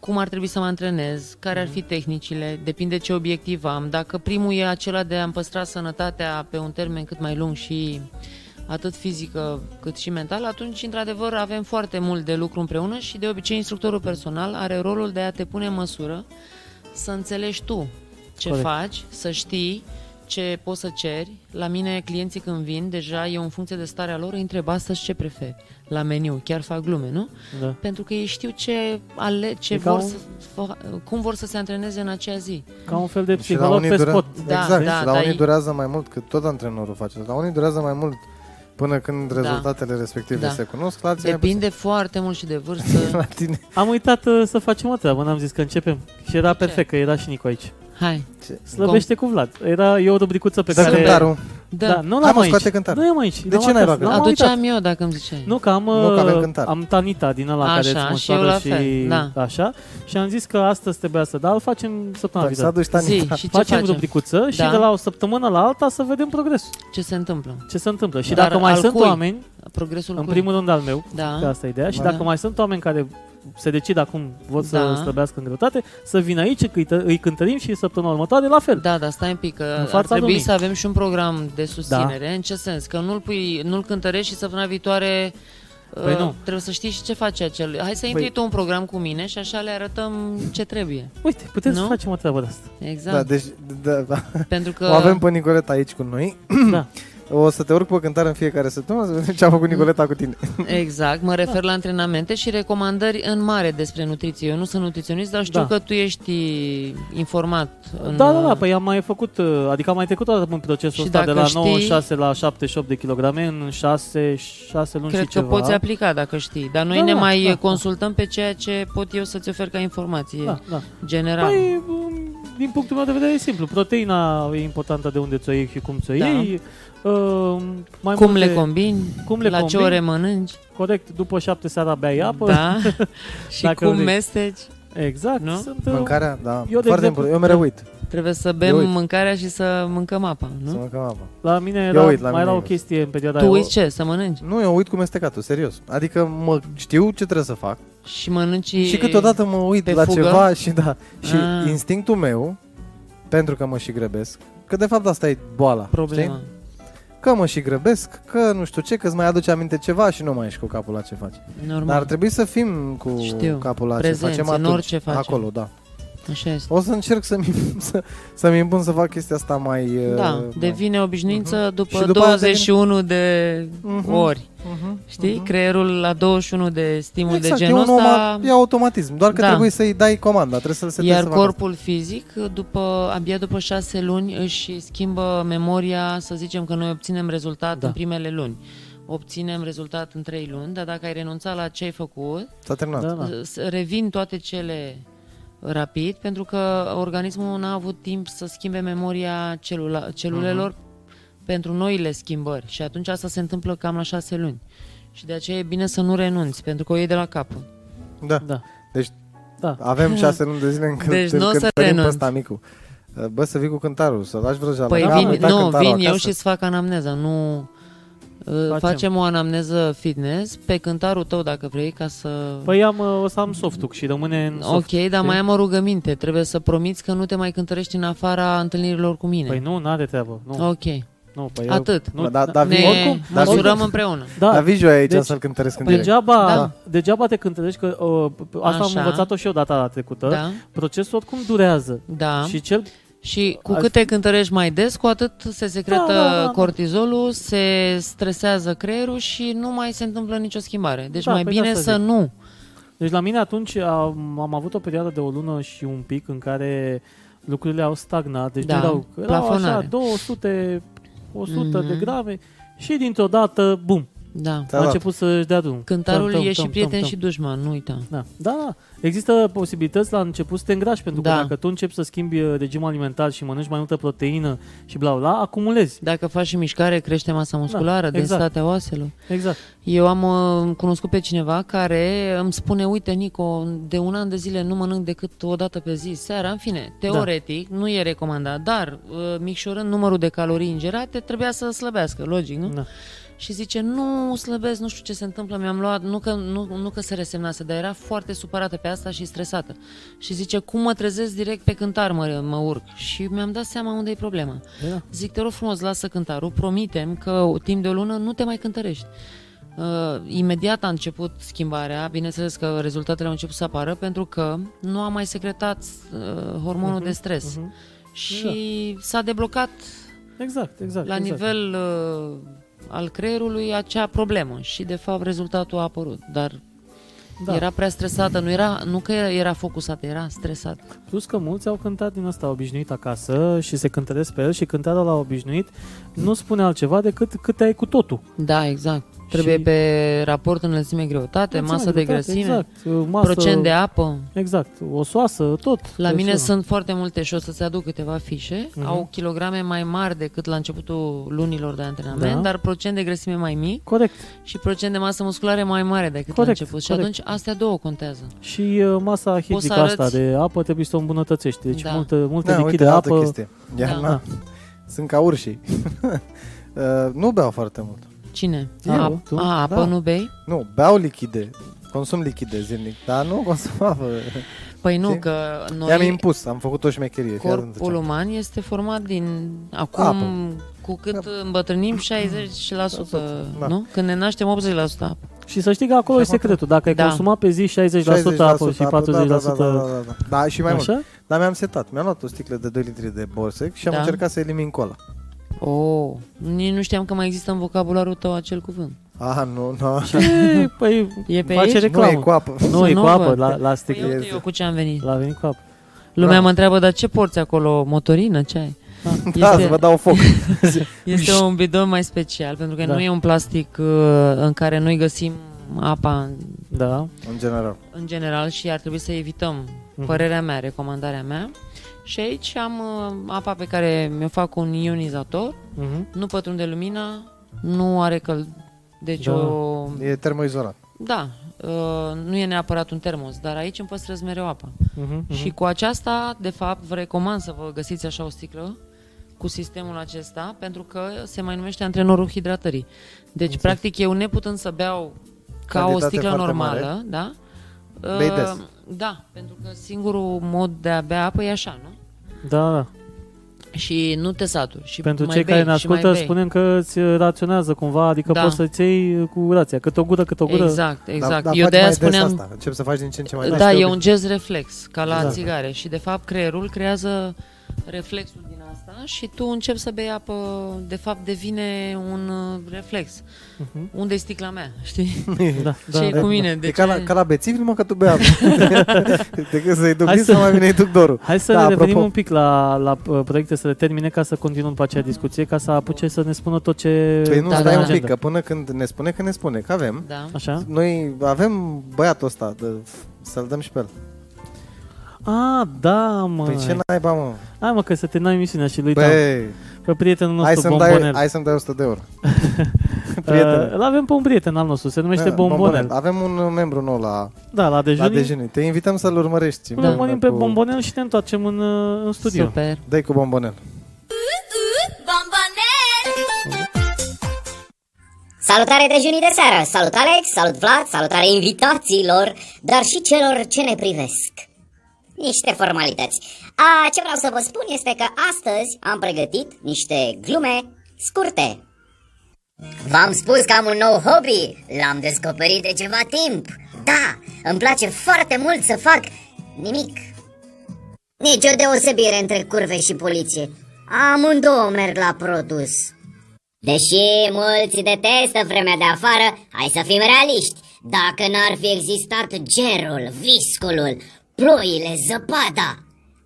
Speaker 3: cum ar trebui să mă antrenez, care ar fi tehnicile, depinde ce obiectiv am. Dacă primul e acela de a-mi păstra sănătatea pe un termen cât mai lung și atât fizică cât și mentală, atunci, într-adevăr, avem foarte mult de lucru împreună și, de obicei, instructorul personal are rolul de a te pune în măsură să înțelegi tu ce
Speaker 1: Corect.
Speaker 3: faci, să știi ce poți să ceri. La mine, clienții când vin, deja eu, în funcție de starea lor, îi întreb astăzi ce preferi la meniu. Chiar fac glume, nu?
Speaker 1: Da.
Speaker 3: Pentru că ei știu ce, ale, ce
Speaker 1: E ca
Speaker 3: vor
Speaker 1: un-
Speaker 3: să, fa- cum vor să se antreneze în acea zi.
Speaker 1: Ca un fel de
Speaker 2: Și la
Speaker 1: psiholog
Speaker 2: unii
Speaker 1: pe
Speaker 2: dure...
Speaker 1: spot.
Speaker 3: Da,
Speaker 2: exact,
Speaker 3: da,
Speaker 2: și la
Speaker 3: da,
Speaker 2: unii
Speaker 3: e-
Speaker 2: durează mai mult, că tot antrenorul face. La unii durează mai mult până când rezultatele respective
Speaker 3: Da.
Speaker 2: se cunosc, la alții mai
Speaker 3: Depinde foarte mult și de vârstă.
Speaker 2: puțin. La tine.
Speaker 1: Am uitat uh, să facem o treabă, n-am zis că începem. Și era
Speaker 3: Ce?
Speaker 1: perfect, că era și Nicu aici.
Speaker 3: Hai.
Speaker 1: Slăbește cu Vlad. Era eu o rubricuță pe
Speaker 2: Dă
Speaker 1: care...
Speaker 2: cântarul.
Speaker 3: Da.
Speaker 1: Da, nu
Speaker 2: Hai
Speaker 1: l-am
Speaker 2: mă,
Speaker 1: aici.
Speaker 2: scoate cântarul.
Speaker 1: Nu e aici.
Speaker 2: De
Speaker 1: l-am
Speaker 2: ce n-ai
Speaker 1: acasă,
Speaker 2: luat?
Speaker 1: l-am uitat.
Speaker 3: Aduceam eu dacă îmi ziceai.
Speaker 1: Nu, că am, uh,
Speaker 2: Nu, că avem cântar.
Speaker 1: am Tanita din ăla
Speaker 3: Așa,
Speaker 1: care îți
Speaker 3: și eu
Speaker 1: măsoară
Speaker 3: la
Speaker 1: și,
Speaker 3: fel, da.
Speaker 1: așa. Și am zis că astăzi trebuie să da, îl facem săptămâna
Speaker 2: Dacă Păi, s-a
Speaker 1: viitoare.
Speaker 2: dus Da,
Speaker 3: Zi,
Speaker 2: Tanita.
Speaker 3: și ce
Speaker 1: da. Facem,
Speaker 3: facem?
Speaker 1: rubricuță și
Speaker 3: Da.
Speaker 1: de la o săptămână la alta să vedem progresul.
Speaker 3: Ce se întâmplă?
Speaker 1: Ce se întâmplă. Și
Speaker 3: Dar
Speaker 1: dacă mai
Speaker 3: al
Speaker 1: sunt
Speaker 3: cui?
Speaker 1: oameni,
Speaker 3: Progresul
Speaker 1: în
Speaker 3: cui?
Speaker 1: primul rând al meu,
Speaker 3: Da.
Speaker 1: că asta e ideea, și
Speaker 2: Da.
Speaker 1: dacă mai sunt oameni care se decid acum, vor să
Speaker 3: Da.
Speaker 1: slăbească în greutate, să vină aici, că îi, tă- îi cântărim și săptămâna următoare la fel.
Speaker 3: Da, dar stai un pic, că
Speaker 1: fața
Speaker 3: ar trebui
Speaker 1: lumii. Da.
Speaker 3: să avem și un program de susținere. În ce sens? Că nu-l, pui, nu-l cântărești și săptămâna viitoare
Speaker 1: Păi
Speaker 3: uh,
Speaker 1: nu.
Speaker 3: trebuie să știi și ce face acel. Hai să intri
Speaker 1: Păi-
Speaker 3: tu un program cu mine și așa le arătăm ce trebuie.
Speaker 1: Uite, putem să
Speaker 3: Nu?
Speaker 1: facem o treabă de asta.
Speaker 3: Exact.
Speaker 2: Da, deci, da, da.
Speaker 3: Pentru că
Speaker 2: O avem pe Nicoleta aici cu noi.
Speaker 1: da.
Speaker 2: O să te urc pe cântare în fiecare săptămână să vedem ce a făcut Nicoleta cu tine.
Speaker 3: Exact, mă refer la antrenamente și recomandări în mare despre nutriție. Eu nu sunt nutriționist, dar știu
Speaker 1: Da.
Speaker 3: că tu ești informat. În,
Speaker 1: Da, da, da,
Speaker 3: uh,
Speaker 1: păi am mai făcut, uh, adică am mai trecut o dată în procesul
Speaker 3: Și
Speaker 1: ăsta de
Speaker 3: dacă
Speaker 1: la
Speaker 3: știi-
Speaker 1: 96 la 78 de kilograme în 6, 6 luni
Speaker 3: Cred
Speaker 1: și
Speaker 3: că
Speaker 1: ceva.
Speaker 3: poți aplica dacă știi, dar noi
Speaker 1: Da,
Speaker 3: ne
Speaker 1: da,
Speaker 3: mai
Speaker 1: da, da.
Speaker 3: consultăm pe ceea ce pot eu să-ți ofer ca informație
Speaker 1: da, da.
Speaker 3: generală.
Speaker 1: Păi, um, din punctul meu de vedere e simplu. Proteina e importantă de unde ți-o iei și cum ți-o
Speaker 3: Da.
Speaker 1: iei. Uh, mai
Speaker 3: Cum
Speaker 1: multe-
Speaker 3: le combini,
Speaker 1: cum le
Speaker 3: la
Speaker 1: combini,
Speaker 3: ce ore mănânci,
Speaker 1: Corect, după 7 seara bei apă.
Speaker 3: da, și
Speaker 1: Dacă
Speaker 3: cum
Speaker 1: vrei.
Speaker 3: mesteci.
Speaker 1: Exact.
Speaker 3: Nu?
Speaker 1: Sunt, uh,
Speaker 2: Mâncarea, da,
Speaker 1: de
Speaker 2: foarte
Speaker 1: exemplu-
Speaker 2: important. Eu mereu uit
Speaker 3: Trebuie să bem
Speaker 2: Eu uit.
Speaker 3: mâncarea și să mâncăm apa,
Speaker 2: să
Speaker 3: nu?
Speaker 2: mâncăm apă.
Speaker 1: La mine
Speaker 2: Eu
Speaker 1: era,
Speaker 2: uit,
Speaker 1: mai
Speaker 2: la mine
Speaker 1: era o
Speaker 2: e.
Speaker 1: chestie în perioada
Speaker 3: Tu
Speaker 1: aia.
Speaker 3: uiți ce? Să mănânci.
Speaker 2: Nu, eu uit cu mestecatul, serios. Adică mă știu ce trebuie să fac
Speaker 3: Și mănânci...
Speaker 2: și câteodată mă uit
Speaker 3: pe
Speaker 2: la
Speaker 3: fugă?
Speaker 2: ceva și da. Și
Speaker 3: Ah.
Speaker 2: instinctul meu, pentru că mă și grăbesc, că de fapt asta e boala,
Speaker 3: Problema.
Speaker 2: știi? Că mă și grăbesc, că nu știu ce, că îți mai aduce aminte ceva și nu mai ești cu capul la ce faci. Dar ar
Speaker 3: Normal,
Speaker 2: trebui să fim cu
Speaker 3: Știu.
Speaker 2: capul la
Speaker 3: Prezenți
Speaker 2: ce facem
Speaker 3: în
Speaker 2: atunci,
Speaker 3: orice facem.
Speaker 2: acolo, da.
Speaker 3: așa este.
Speaker 2: O să încerc să-mi, să, să-mi impun să fac chestia asta mai...
Speaker 3: Da,
Speaker 2: uh, mai-
Speaker 3: devine obișnuință
Speaker 1: Mhm.
Speaker 3: după,
Speaker 2: Și după aia
Speaker 3: 21 de
Speaker 2: Mhm.
Speaker 3: ori.
Speaker 2: Mhm,
Speaker 3: Știi?
Speaker 2: mhm.
Speaker 3: Creierul la 21 de stimul
Speaker 2: Exact,
Speaker 3: de genul
Speaker 2: e, un om,
Speaker 3: ăsta,
Speaker 2: e automatism, doar că
Speaker 3: Da.
Speaker 2: trebuie să-i dai comanda, trebuie să-l setezi
Speaker 3: iar
Speaker 2: să facă asta.
Speaker 3: corpul fizic, după, abia după 6 luni, își schimbă memoria, să zicem că noi obținem rezultat
Speaker 1: Da.
Speaker 3: în primele luni. Obținem rezultat în 3 luni, dar dacă ai renunțat la ce ai făcut,
Speaker 2: S-a terminat.
Speaker 1: Da, da.
Speaker 3: s- revin toate cele rapid, pentru că organismul n-a avut timp să schimbe memoria celula, celulelor
Speaker 1: Mhm.
Speaker 3: pentru noile schimbări și atunci asta se întâmplă cam la șase luni. Și de aceea e bine să nu renunți, pentru că o iei de la capăt.
Speaker 2: Da.
Speaker 1: Da.
Speaker 2: Deci
Speaker 1: Da.
Speaker 2: avem șase luni de zile în care
Speaker 3: Deci
Speaker 2: deci
Speaker 3: n-o să
Speaker 2: când pe
Speaker 3: renunț.
Speaker 2: ăsta micu. Bă, să vii cu cântarul, să lași vrăjeala.
Speaker 3: Păi
Speaker 2: Că am
Speaker 3: vin,
Speaker 2: uitat
Speaker 3: nu,
Speaker 2: cântarul
Speaker 3: vin eu
Speaker 2: acasă.
Speaker 3: și îți fac anamneza, nu... Facem. facem o anamneză fitness pe cântarul tău dacă vrei ca să...
Speaker 1: Păi am, uh, o să am softuc și rămâne în soft.
Speaker 3: ok, dar
Speaker 1: știi?
Speaker 3: mai am o rugăminte. Trebuie să promiți că nu te mai cântărești în afara întâlnirilor cu mine.
Speaker 1: Păi nu, n-are treabă. Nu,
Speaker 3: ok.
Speaker 1: nu păi eu,
Speaker 3: Atât.
Speaker 1: Nu,
Speaker 2: Da, da,
Speaker 3: Ne
Speaker 2: vin.
Speaker 1: oricum,
Speaker 2: dar
Speaker 3: măsurăm
Speaker 2: oricum.
Speaker 3: împreună.
Speaker 1: Da,
Speaker 2: Dar vii joi aici
Speaker 1: Deci-
Speaker 2: să-l cântăresc în direct.
Speaker 1: Degeaba,
Speaker 3: Da.
Speaker 1: degeaba te cântărești că uh, p- asta
Speaker 3: Așa.
Speaker 1: am învățat-o și eu data trecută.
Speaker 3: Da,
Speaker 1: Procesul oricum durează.
Speaker 3: da. Și,
Speaker 1: Și cel
Speaker 3: și cu
Speaker 1: Ar-
Speaker 3: cât te cântărești mai des, cu atât se secretă
Speaker 1: Da, da, da, da.
Speaker 3: cortizolul, se stresează creierul și nu mai se întâmplă nicio schimbare. Deci
Speaker 1: Da,
Speaker 3: mai
Speaker 1: păi
Speaker 3: bine
Speaker 1: de asta
Speaker 3: să
Speaker 1: zic.
Speaker 3: nu.
Speaker 1: Deci la mine atunci am, am avut o perioadă de o lună și un pic în care lucrurile au stagnat, deci
Speaker 3: Da,
Speaker 1: da, erau, erau așa
Speaker 3: plafonare.
Speaker 1: 200, 100 mm-hmm. de
Speaker 3: Mhm.
Speaker 1: grame și dintr-o dată, bum,
Speaker 3: Da.
Speaker 1: a
Speaker 2: da.
Speaker 1: început să-și dea drumul.
Speaker 3: Cântarul
Speaker 1: Tăm, tăm,
Speaker 3: e și
Speaker 1: tăm,
Speaker 3: prieten
Speaker 1: tăm, tăm.
Speaker 3: și dușman, nu uita.
Speaker 1: Da. da, da. Există posibilități la început să te îngrași, pentru
Speaker 3: Da.
Speaker 1: că dacă tu începi să schimbi uh, regimul alimentar și mănânci mai multă proteină și bla bla, acumulezi.
Speaker 3: Dacă faci și mișcare, crește masa musculară,
Speaker 1: exact.
Speaker 3: densitatea oaselor.
Speaker 1: Exact.
Speaker 3: Eu am uh, cunoscut pe cineva care îmi spune, uite Nico, de un an de zile nu mănânc decât o dată pe zi, seara, în fine,
Speaker 1: Da.
Speaker 3: teoretic, nu e recomandat, dar uh, micșorând numărul de calorii ingerate, trebuia să slăbească, logic, nu?
Speaker 1: Da.
Speaker 3: Și zice, nu slăbesc, nu știu ce se întâmplă, mi-am luat, nu că, nu, nu că se resemnase, dar era foarte supărată pe asta și stresată. Și zice, cum mă trezesc direct pe cântar, mă, mă urc. Și mi-am dat seama unde e problema.
Speaker 1: Da.
Speaker 3: Zic, te rog frumos, lasă cântarul, promitem că timp de o lună nu te mai cântărești. Uh, imediat a început schimbarea, bineînțeles că rezultatele au început să apară pentru că nu a mai secretat uh, hormonul de stres
Speaker 1: Mhm.
Speaker 3: și s-a deblocat
Speaker 1: Exact, exact.
Speaker 3: la
Speaker 1: exact.
Speaker 3: nivel uh, al creierului acea problemă și de fapt rezultatul a apărut, dar
Speaker 1: da.
Speaker 3: era prea stresată, nu, era, nu că era focusată, era stresată.
Speaker 1: Plus că mulți au cântat din asta obișnuit acasă și se cântăresc pe el și cântarea la obișnuit nu spune altceva decât cât ai cu totul.
Speaker 3: Da, exact. Trebuie
Speaker 1: Și-
Speaker 3: pe raport înălțime greutate, masă de grăsime,
Speaker 1: Exact, masă,
Speaker 3: procent de apă.
Speaker 1: Exact, osoasă, tot.
Speaker 3: La
Speaker 1: Deci,
Speaker 3: mine
Speaker 1: da.
Speaker 3: sunt foarte multe și o să-ți aduc câteva fișe.
Speaker 1: Mhm.
Speaker 3: Au kilograme mai mari decât la începutul lunilor de antrenament,
Speaker 1: Da.
Speaker 3: dar procent de grăsime mai mic
Speaker 1: Corect.
Speaker 3: și procent de masă musculară mai mare decât
Speaker 1: Corect,
Speaker 3: la început. Și
Speaker 1: corect.
Speaker 3: atunci astea două contează.
Speaker 1: Și uh, masa hidrică
Speaker 3: arăți-
Speaker 1: asta de apă trebuie să o îmbunătățești. Deci
Speaker 3: Da.
Speaker 1: multă, multă
Speaker 2: Da,
Speaker 1: lichid
Speaker 2: uite,
Speaker 1: de
Speaker 2: altă
Speaker 1: apă.
Speaker 2: chestie. Iarna,
Speaker 1: Da.
Speaker 2: sunt ca urșii. Uh, nu beau foarte mult.
Speaker 3: Cine?
Speaker 1: Eu,
Speaker 3: Ap-
Speaker 1: tu?
Speaker 3: a, apă
Speaker 2: Da.
Speaker 3: nu bei?
Speaker 2: Nu, beau lichide. Consum lichide zilnic, dar nu consum apă.
Speaker 3: Păi nu,
Speaker 2: Știi?
Speaker 3: că
Speaker 2: I-am
Speaker 3: noi,
Speaker 2: impus, am făcut o șmecherie. Fii atent
Speaker 3: corpul
Speaker 2: ce-
Speaker 3: uman este format din acum,
Speaker 2: Apă.
Speaker 3: cu cât îmbătrânim 60%,
Speaker 2: Da.
Speaker 3: nu? Când ne naștem 80% apă.
Speaker 1: Și să știi că acolo e
Speaker 2: Și acum-
Speaker 1: secretul. Dacă ai
Speaker 3: Da.
Speaker 1: consumat pe zi 60%, 60% apă și 40%...
Speaker 2: da, da, da, da, da, da. da, și mai mult.
Speaker 1: Așa?
Speaker 2: Dar mi-am setat. Mi-am luat o sticlă de 2 litri de borsec și am
Speaker 3: Da.
Speaker 2: încercat să elimin cola.
Speaker 3: Oh, nici nu știam că mai există în vocabularul tău acel cuvânt.
Speaker 2: Ah, nu, nu.
Speaker 1: Ei, Păi,
Speaker 3: E pe
Speaker 1: face
Speaker 3: aici?
Speaker 2: Nu e
Speaker 1: reclamă.
Speaker 2: cu apă.
Speaker 1: Nu, e
Speaker 3: Nu
Speaker 1: cu apă
Speaker 3: văd.
Speaker 1: la, la
Speaker 3: Păi
Speaker 1: sticlă.
Speaker 3: eu, eu cu ce am venit.
Speaker 1: La venit cu apă.
Speaker 3: Lumea
Speaker 2: Da.
Speaker 3: mă întreabă, dar ce porți acolo? Motorină? Ce ai?
Speaker 2: Da, să vă dau foc.
Speaker 3: Este un bidon mai special, pentru că
Speaker 1: Da.
Speaker 3: nu e un plastic uh, în care noi găsim apa în-
Speaker 1: Da.
Speaker 2: În general.
Speaker 3: în general și ar trebui să evităm.
Speaker 1: Mhm.
Speaker 3: Părerea mea, recomandarea mea. Și aici am uh, apa pe care mi-o fac cu un ionizator,
Speaker 1: Mhm.
Speaker 3: nu pătrunde lumina, nu are căl... Deci
Speaker 1: Da.
Speaker 3: o...
Speaker 2: E termoizolat.
Speaker 3: Da, uh, nu e neapărat un termos, dar aici îmi păstrez mereu apa.
Speaker 1: Mhm.
Speaker 3: Și cu aceasta, de fapt, vă recomand să vă găsiți așa o sticlă cu sistemul acesta, pentru că se mai numește antrenorul hidratării. Deci, practic, eu neputând să beau ca o
Speaker 2: Cantitate
Speaker 3: sticlă
Speaker 2: foarte
Speaker 3: normală, da?
Speaker 2: Bei
Speaker 3: uh,
Speaker 2: des.
Speaker 3: Da, pentru că singurul mod de a bea apă e așa, nu?
Speaker 1: Da, da.
Speaker 3: Și nu te saturi. Și
Speaker 1: Pentru
Speaker 3: mai
Speaker 1: cei
Speaker 3: bei,
Speaker 1: care
Speaker 3: și
Speaker 1: ne
Speaker 3: mai
Speaker 1: ascultă,
Speaker 3: bei.
Speaker 1: spunem că îți raționează cumva, adică
Speaker 3: Da.
Speaker 1: poți să-ți iei cu rația. Cât o gură, cât o gură.
Speaker 3: Exact, exact.
Speaker 2: Dar, dar
Speaker 3: eu
Speaker 2: faci
Speaker 3: de-aia
Speaker 2: mai des
Speaker 3: spuneam
Speaker 2: Asta. Încep să faci din ce în ce mai des.
Speaker 3: Da,
Speaker 2: Este
Speaker 3: e
Speaker 2: obi-
Speaker 3: un gest reflex, ca la
Speaker 1: Exact.
Speaker 3: țigare. Și, de fapt, creierul creează reflexul din asta și tu începi să bei apă, de fapt, devine un uh, reflex.
Speaker 1: Mhm.
Speaker 3: Unde e sticla mea, știi?
Speaker 1: Da,
Speaker 3: Da, ce e
Speaker 1: da.
Speaker 3: cu mine?
Speaker 2: E
Speaker 3: De
Speaker 2: ca
Speaker 3: ce?
Speaker 2: la, ca la bețivi, numai că tu beai apă. Decât să-i duc
Speaker 1: Hai
Speaker 2: din
Speaker 1: să-
Speaker 2: să mai bine îi duc dorul.
Speaker 1: Hai să
Speaker 2: Da,
Speaker 1: da, revenim
Speaker 2: apropo.
Speaker 1: un pic la, la uh, proiecte, să le termine ca să continuăm pe aceea discuție, ca să apuce să ne spună tot ce...
Speaker 2: Păi nu,
Speaker 3: Da,
Speaker 2: stai
Speaker 3: da,
Speaker 2: un
Speaker 3: da.
Speaker 2: pic, că până când ne spune, că ne spune, că avem.
Speaker 3: Da.
Speaker 1: Așa?
Speaker 2: Noi avem băiatul ăsta, de, să-l dăm și pe el.
Speaker 1: A, da, mă.
Speaker 2: Păi ce naiba, mă?
Speaker 1: Hai mă, că să terminăm emisiunea și lui Bă,
Speaker 2: Băi,
Speaker 1: pe prietenul
Speaker 2: hai
Speaker 1: nostru,
Speaker 2: să-mi dai,
Speaker 1: Bombonel.
Speaker 2: hai să-mi dai 100 de euro.
Speaker 1: Uh,
Speaker 2: Prietene.
Speaker 1: Îl avem pe un prieten al nostru, se numește
Speaker 2: Da,
Speaker 1: Bombonel.
Speaker 2: Avem un membru nou la,
Speaker 1: Da, la
Speaker 2: la
Speaker 1: dejun.
Speaker 2: dejunii. Te invităm să-l urmărești.
Speaker 1: Îl urmărim pe
Speaker 2: împreună cu-
Speaker 1: Bombonel și ne întoarcem în, uh, în studio.
Speaker 3: Da. Super.
Speaker 2: Dai cu bombonel.
Speaker 4: Salutare dejunii de seară! Salut Alex, salut Vlad, salutare invitațiilor, dar și celor ce ne privesc. Niște formalități. A, ce vreau să vă spun este că astăzi am pregătit niște glume scurte. V-am spus că am un nou hobby, l-am descoperit de ceva timp. Da, îmi place foarte mult să fac nimic. Nici o deosebire între curve și poliție. Amândouă merg la produs. Deși mulți detestă vremea de afară, hai să fim realiști. Dacă n-ar fi existat gerul, viscolul, ploile, zăpada,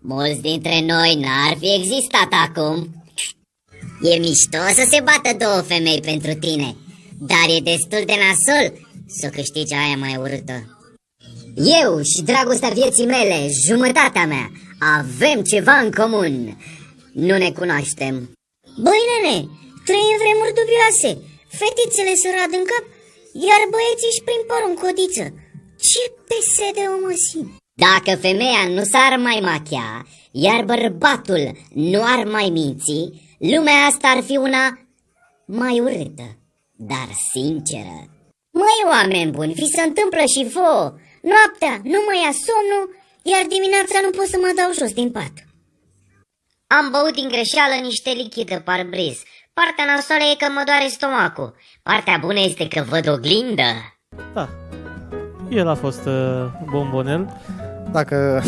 Speaker 4: mulți dintre noi n-ar fi existat acum. E mișto să se bată două femei pentru tine, dar e destul de nasol să câștigi aia mai urâtă. Eu și dragostea vieții mele, jumătatea mea, avem ceva în comun. Nu ne cunoaștem. Băi, nene, trăim vremuri dubioase. Fetițele se rad în cap, iar băieții își prind părul în codiță. Ce pese de omosim! Dacă femeia nu s-ar mai machia, iar bărbatul nu ar mai minți, lumea asta ar fi una mai urâtă, dar sinceră. Măi, oameni buni, vi se întâmplă și vouă. Noaptea nu mă ia somnul, iar dimineața nu pot să mă dau jos din pat. Am băut din greșeală niște lichid de parbriz. Partea nasoală e că mă doare stomacul. Partea bună este că văd oglindă.
Speaker 1: Da. El a fost uh, Bombonel.
Speaker 2: Dacă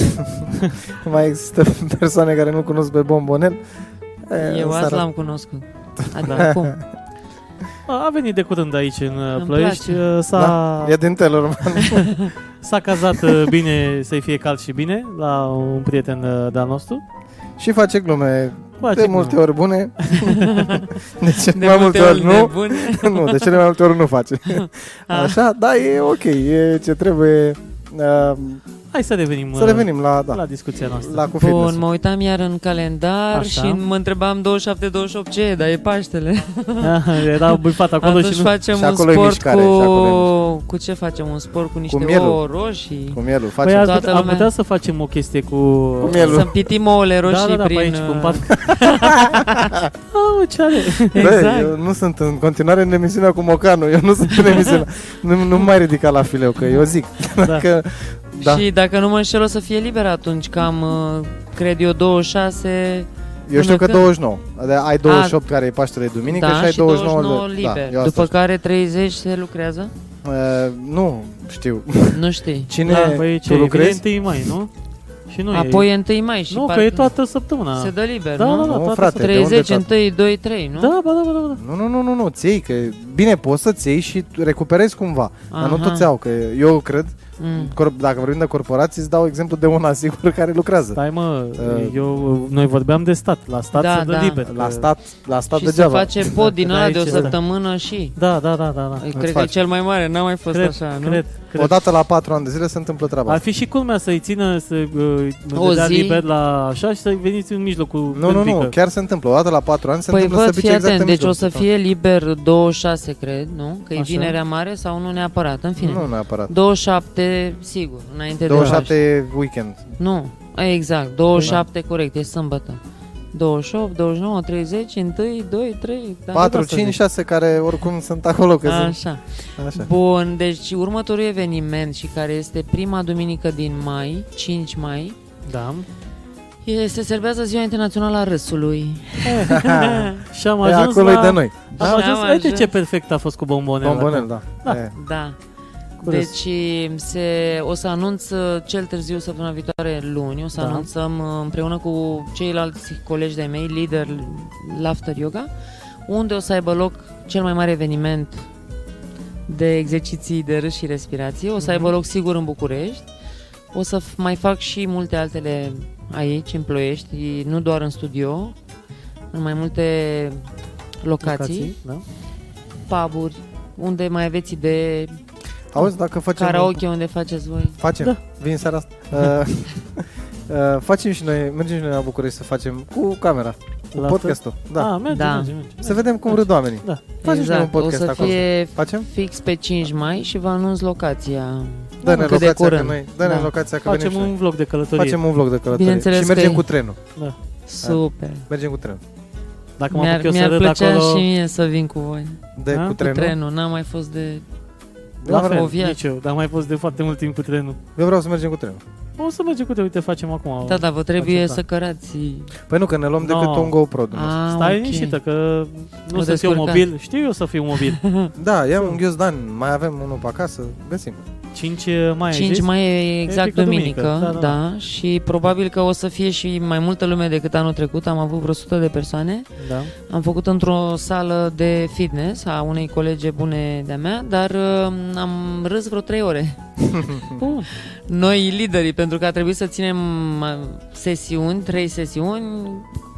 Speaker 2: mai există persoane care nu cunosc pe bombonel, e,
Speaker 3: Eu
Speaker 2: în
Speaker 3: azi
Speaker 2: seara-
Speaker 3: l-am cunoscut. Adică acum.
Speaker 1: A, a venit de curând aici în uh,
Speaker 3: Îmi
Speaker 1: Ploiești,
Speaker 3: place.
Speaker 1: uh, s-a,
Speaker 2: Da, e din telor, man.
Speaker 1: s-a cazat uh, bine, să-i fie cald și bine, la un prieten uh, de-al nostru.
Speaker 2: Și face glume
Speaker 1: Bă,
Speaker 2: De
Speaker 1: ce
Speaker 2: multe
Speaker 1: cum?
Speaker 2: ori bune, de cele
Speaker 3: De
Speaker 2: mai multe ori nu,
Speaker 3: nebune.
Speaker 2: nu, de cele mai multe ori nu face. Așa, da, e ok, e ce trebuie uh,
Speaker 1: Hai să revenim,
Speaker 2: să
Speaker 1: uh,
Speaker 2: revenim la, da,
Speaker 1: la discuția noastră.
Speaker 2: la cu fitness.
Speaker 3: Bun, mă uitam iar în calendar
Speaker 1: Așa.
Speaker 3: Așa. și mă întrebam 27-28 ce e, dar e Paștele.
Speaker 1: Era buifat acolo
Speaker 3: Atunci
Speaker 1: și nu...
Speaker 3: facem
Speaker 2: Și
Speaker 3: un
Speaker 2: acolo e
Speaker 3: sport
Speaker 2: mișcare,
Speaker 3: cu...
Speaker 2: și acolo
Speaker 3: cu ce facem? Un sport cu niște
Speaker 2: mielul.
Speaker 3: ouă roșii?
Speaker 2: Cu mielul,
Speaker 1: Păi
Speaker 2: facem
Speaker 1: ar,
Speaker 3: toată
Speaker 1: putea, am
Speaker 3: lumea.
Speaker 1: putea să facem o chestie cu...
Speaker 2: cu mielul.
Speaker 3: Să împitim ouăle roșii
Speaker 1: da, da, da,
Speaker 3: prin...
Speaker 1: pe aici, cu un
Speaker 3: uh,
Speaker 1: pat. Mamă, ce are?
Speaker 2: Bă,
Speaker 3: Exact.
Speaker 2: eu nu sunt în continuare în emisiunea cu Mocanu, eu nu sunt în emisiunea. Nu, nu mai ridica la fileu, că eu zic.
Speaker 1: Da.
Speaker 2: Că, da,
Speaker 3: Și dacă nu mă înșel, o să fie liber atunci, cam, uh, cred eu, 26...
Speaker 2: eu știu
Speaker 3: până
Speaker 2: că
Speaker 3: când?
Speaker 2: 29. Dar ai 28 care e Paștele Duminică
Speaker 3: da,
Speaker 2: și ai
Speaker 3: și
Speaker 2: 29,
Speaker 3: 29
Speaker 2: de-
Speaker 3: liber.
Speaker 2: Da, eu
Speaker 3: După
Speaker 2: După...
Speaker 3: care 30 se lucrează?
Speaker 2: uh, nu știu.
Speaker 3: Nu știi.
Speaker 2: Cine
Speaker 1: Da, păi ce,
Speaker 2: tu lucrezi?
Speaker 1: e 1 mai, nu? Și nu
Speaker 3: Apoi
Speaker 1: e...
Speaker 3: e 1 mai și
Speaker 1: Nu, că
Speaker 3: parcă
Speaker 1: e toată săptămâna.
Speaker 3: se dă liber,
Speaker 1: Da,
Speaker 3: nu?
Speaker 1: da, da,
Speaker 2: Nu,
Speaker 1: toată
Speaker 2: frate, de unde
Speaker 3: 30,
Speaker 2: toată?
Speaker 3: 1, 2, 3, nu?
Speaker 1: Da, ba, da, ba, da, ba, da.
Speaker 2: Nu, nu, nu, nu, nu, ți iei, că bine, poți să-ți iei și tu recuperezi cumva, Aha. dar nu
Speaker 3: Aha.
Speaker 2: toți au, că eu cred,
Speaker 3: Mm.
Speaker 2: cor- dacă vorbim de corporații, îți dau exemplu de una sigur care lucrează.
Speaker 1: Stai mă,
Speaker 2: Uh,
Speaker 1: eu, noi vorbeam de stat, la stat
Speaker 3: Da,
Speaker 1: se dă
Speaker 3: da.
Speaker 1: liber.
Speaker 2: La
Speaker 1: că-
Speaker 2: stat, la stat
Speaker 3: Și se
Speaker 2: degeaba.
Speaker 3: face pod din
Speaker 1: Da,
Speaker 3: ăla de o
Speaker 1: aici,
Speaker 3: săptămână și...
Speaker 1: Da, da, da, da, da.
Speaker 3: Cred că e
Speaker 2: faci.
Speaker 3: cel mai mare, n-a mai fost
Speaker 1: Cred,
Speaker 3: așa, nu?
Speaker 1: cred, cred.
Speaker 2: Odată la patru ani de zile se întâmplă treaba.
Speaker 1: Ar fi și culmea să-i țină, să uh,
Speaker 3: O
Speaker 1: o dea
Speaker 3: zi.
Speaker 1: liber la așa și să veniți în mijloc cu
Speaker 2: Nu, nu,
Speaker 1: pârpică.
Speaker 2: nu, chiar se întâmplă. O dată la 4 ani se
Speaker 3: Păi
Speaker 2: întâmplă
Speaker 3: văd,
Speaker 2: să
Speaker 3: fii
Speaker 2: pice exact
Speaker 3: atent,
Speaker 2: în
Speaker 3: deci o
Speaker 2: mijloc.
Speaker 3: să fie liber 26, cred, nu? Că e
Speaker 1: Așa.
Speaker 3: vinerea mare sau nu neapărat, în fine.
Speaker 2: Nu neapărat.
Speaker 3: 27, sigur, înainte de Da,
Speaker 2: 27
Speaker 3: Paști.
Speaker 2: e weekend.
Speaker 3: Nu, exact, 27 corect, e sâmbătă. 28, 29, 30, 1, 2, 3, da,
Speaker 2: 4,
Speaker 3: asta
Speaker 2: 5,
Speaker 3: zic.
Speaker 2: 6 care oricum sunt acolo. Că sunt,
Speaker 3: Așa.
Speaker 2: așa.
Speaker 3: Bun, deci următorul eveniment și care este prima duminică din mai, 5 mai,
Speaker 1: Da.
Speaker 3: e, se serbează Ziua Internațională a Râsului.
Speaker 1: Și am
Speaker 2: E,
Speaker 1: ajuns
Speaker 2: acolo e
Speaker 1: la...
Speaker 2: de noi.
Speaker 1: Am
Speaker 3: Așa
Speaker 1: ajuns,
Speaker 3: Da. am
Speaker 1: uite
Speaker 3: ajuns.
Speaker 1: ce perfect a fost cu bombonele.
Speaker 2: Bombonel, da.
Speaker 1: Da.
Speaker 2: E.
Speaker 3: Da.
Speaker 1: Curios.
Speaker 3: Deci se, o să anunț uh, cel târziu săptămâna viitoare luni, o să
Speaker 1: Da.
Speaker 3: da. anunțăm uh, împreună cu ceilalți colegi de mei, lider Laughter Yoga, unde o să aibă loc cel mai mare eveniment de exerciții de râs și respirație. O să aibă loc sigur în București. O să f- mai fac și multe altele aici, în Ploiești, nu doar în studio, în mai multe locații,
Speaker 1: da.
Speaker 3: puburi, unde mai aveți idee,
Speaker 2: Auzi, dacă facem...
Speaker 3: karaoke unde faceți voi.
Speaker 2: Facem.
Speaker 1: Da.
Speaker 2: Vin seara asta. Uh, uh, facem și noi, mergem și noi la București să facem cu camera, cu
Speaker 1: La
Speaker 2: podcastul. Da.
Speaker 1: A, merge,
Speaker 3: Da.
Speaker 1: merge, merge.
Speaker 2: Să vedem cum râd oamenii.
Speaker 1: Da.
Speaker 2: Facem și noi un
Speaker 3: Exact, o
Speaker 2: podcast
Speaker 3: să
Speaker 2: acolo.
Speaker 3: fie
Speaker 2: Facem?
Speaker 3: fix pe 5 mai și vă anunț locația.
Speaker 2: Dă-ne
Speaker 3: cât de
Speaker 2: locația că
Speaker 3: curând.
Speaker 2: noi, dă-ne
Speaker 3: Da.
Speaker 2: locația că venim
Speaker 1: Facem
Speaker 2: și noi.
Speaker 1: un vlog de călătorie.
Speaker 2: Facem un vlog de călătorie
Speaker 3: Bineînțeles
Speaker 2: și
Speaker 3: că
Speaker 2: mergem
Speaker 3: e.
Speaker 2: cu trenul.
Speaker 3: Super.
Speaker 2: Mergem cu trenul.
Speaker 1: Dacă mă apuc
Speaker 3: Mi-ar,
Speaker 1: eu să
Speaker 3: mi-ar
Speaker 1: râd
Speaker 3: plăcea
Speaker 1: acolo...
Speaker 3: și mie să vin cu voi.
Speaker 2: De
Speaker 1: Da?
Speaker 2: cu
Speaker 1: Cu
Speaker 3: Trenul? Cu
Speaker 2: trenul.
Speaker 3: trenul, n-am mai fost de...
Speaker 1: La
Speaker 3: La
Speaker 1: fel,
Speaker 3: Fovia.
Speaker 1: nici eu, dar am mai fost de foarte mult timp cu trenul.
Speaker 2: Eu vreau să mergem cu trenul.
Speaker 1: O să mergem cu te, uite, facem acum.
Speaker 3: Da, da, vă trebuie
Speaker 1: Acceptat.
Speaker 3: să cărați.
Speaker 2: Păi nu, că ne luăm decât
Speaker 1: No.
Speaker 2: un GoPro. dumneavoastră.
Speaker 3: Ah,
Speaker 1: Stai
Speaker 3: ok.
Speaker 1: liniștită că nu
Speaker 3: O
Speaker 1: sunt eu
Speaker 3: descurcat.
Speaker 1: mobil. Știu eu să fiu mobil.
Speaker 2: Da, ia un ghiozdan, mai avem unul pe acasă, găsim.
Speaker 1: 5 eh, mai ai
Speaker 3: 5
Speaker 1: zis?
Speaker 3: mai e exact
Speaker 1: pică
Speaker 3: duminică,
Speaker 1: duminică, da,
Speaker 3: da,
Speaker 1: da.
Speaker 3: și probabil că o să fie și mai multă lume decât anul trecut. Am avut vreo 100 de persoane.
Speaker 1: Da.
Speaker 3: Am făcut într-o sală de fitness a unei colege bune de-a mea, dar uh, am râs vreo 3 ore.
Speaker 1: Bun.
Speaker 3: Noi liderii, pentru că a trebuit să ținem uh, sesiuni, trei sesiuni,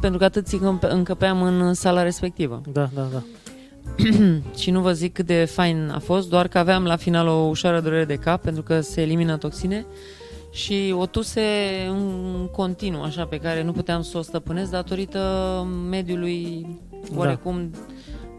Speaker 3: pentru că atât încă- încăpeam în sala respectivă.
Speaker 1: Da, da, da.
Speaker 3: Și nu vă zic cât de fain a fost, doar că aveam la final o ușoară durere de cap, pentru că se elimină toxine și o tuse în continuu, așa, pe care nu puteam să o stăpânesc datorită mediului
Speaker 1: Da.
Speaker 3: oarecum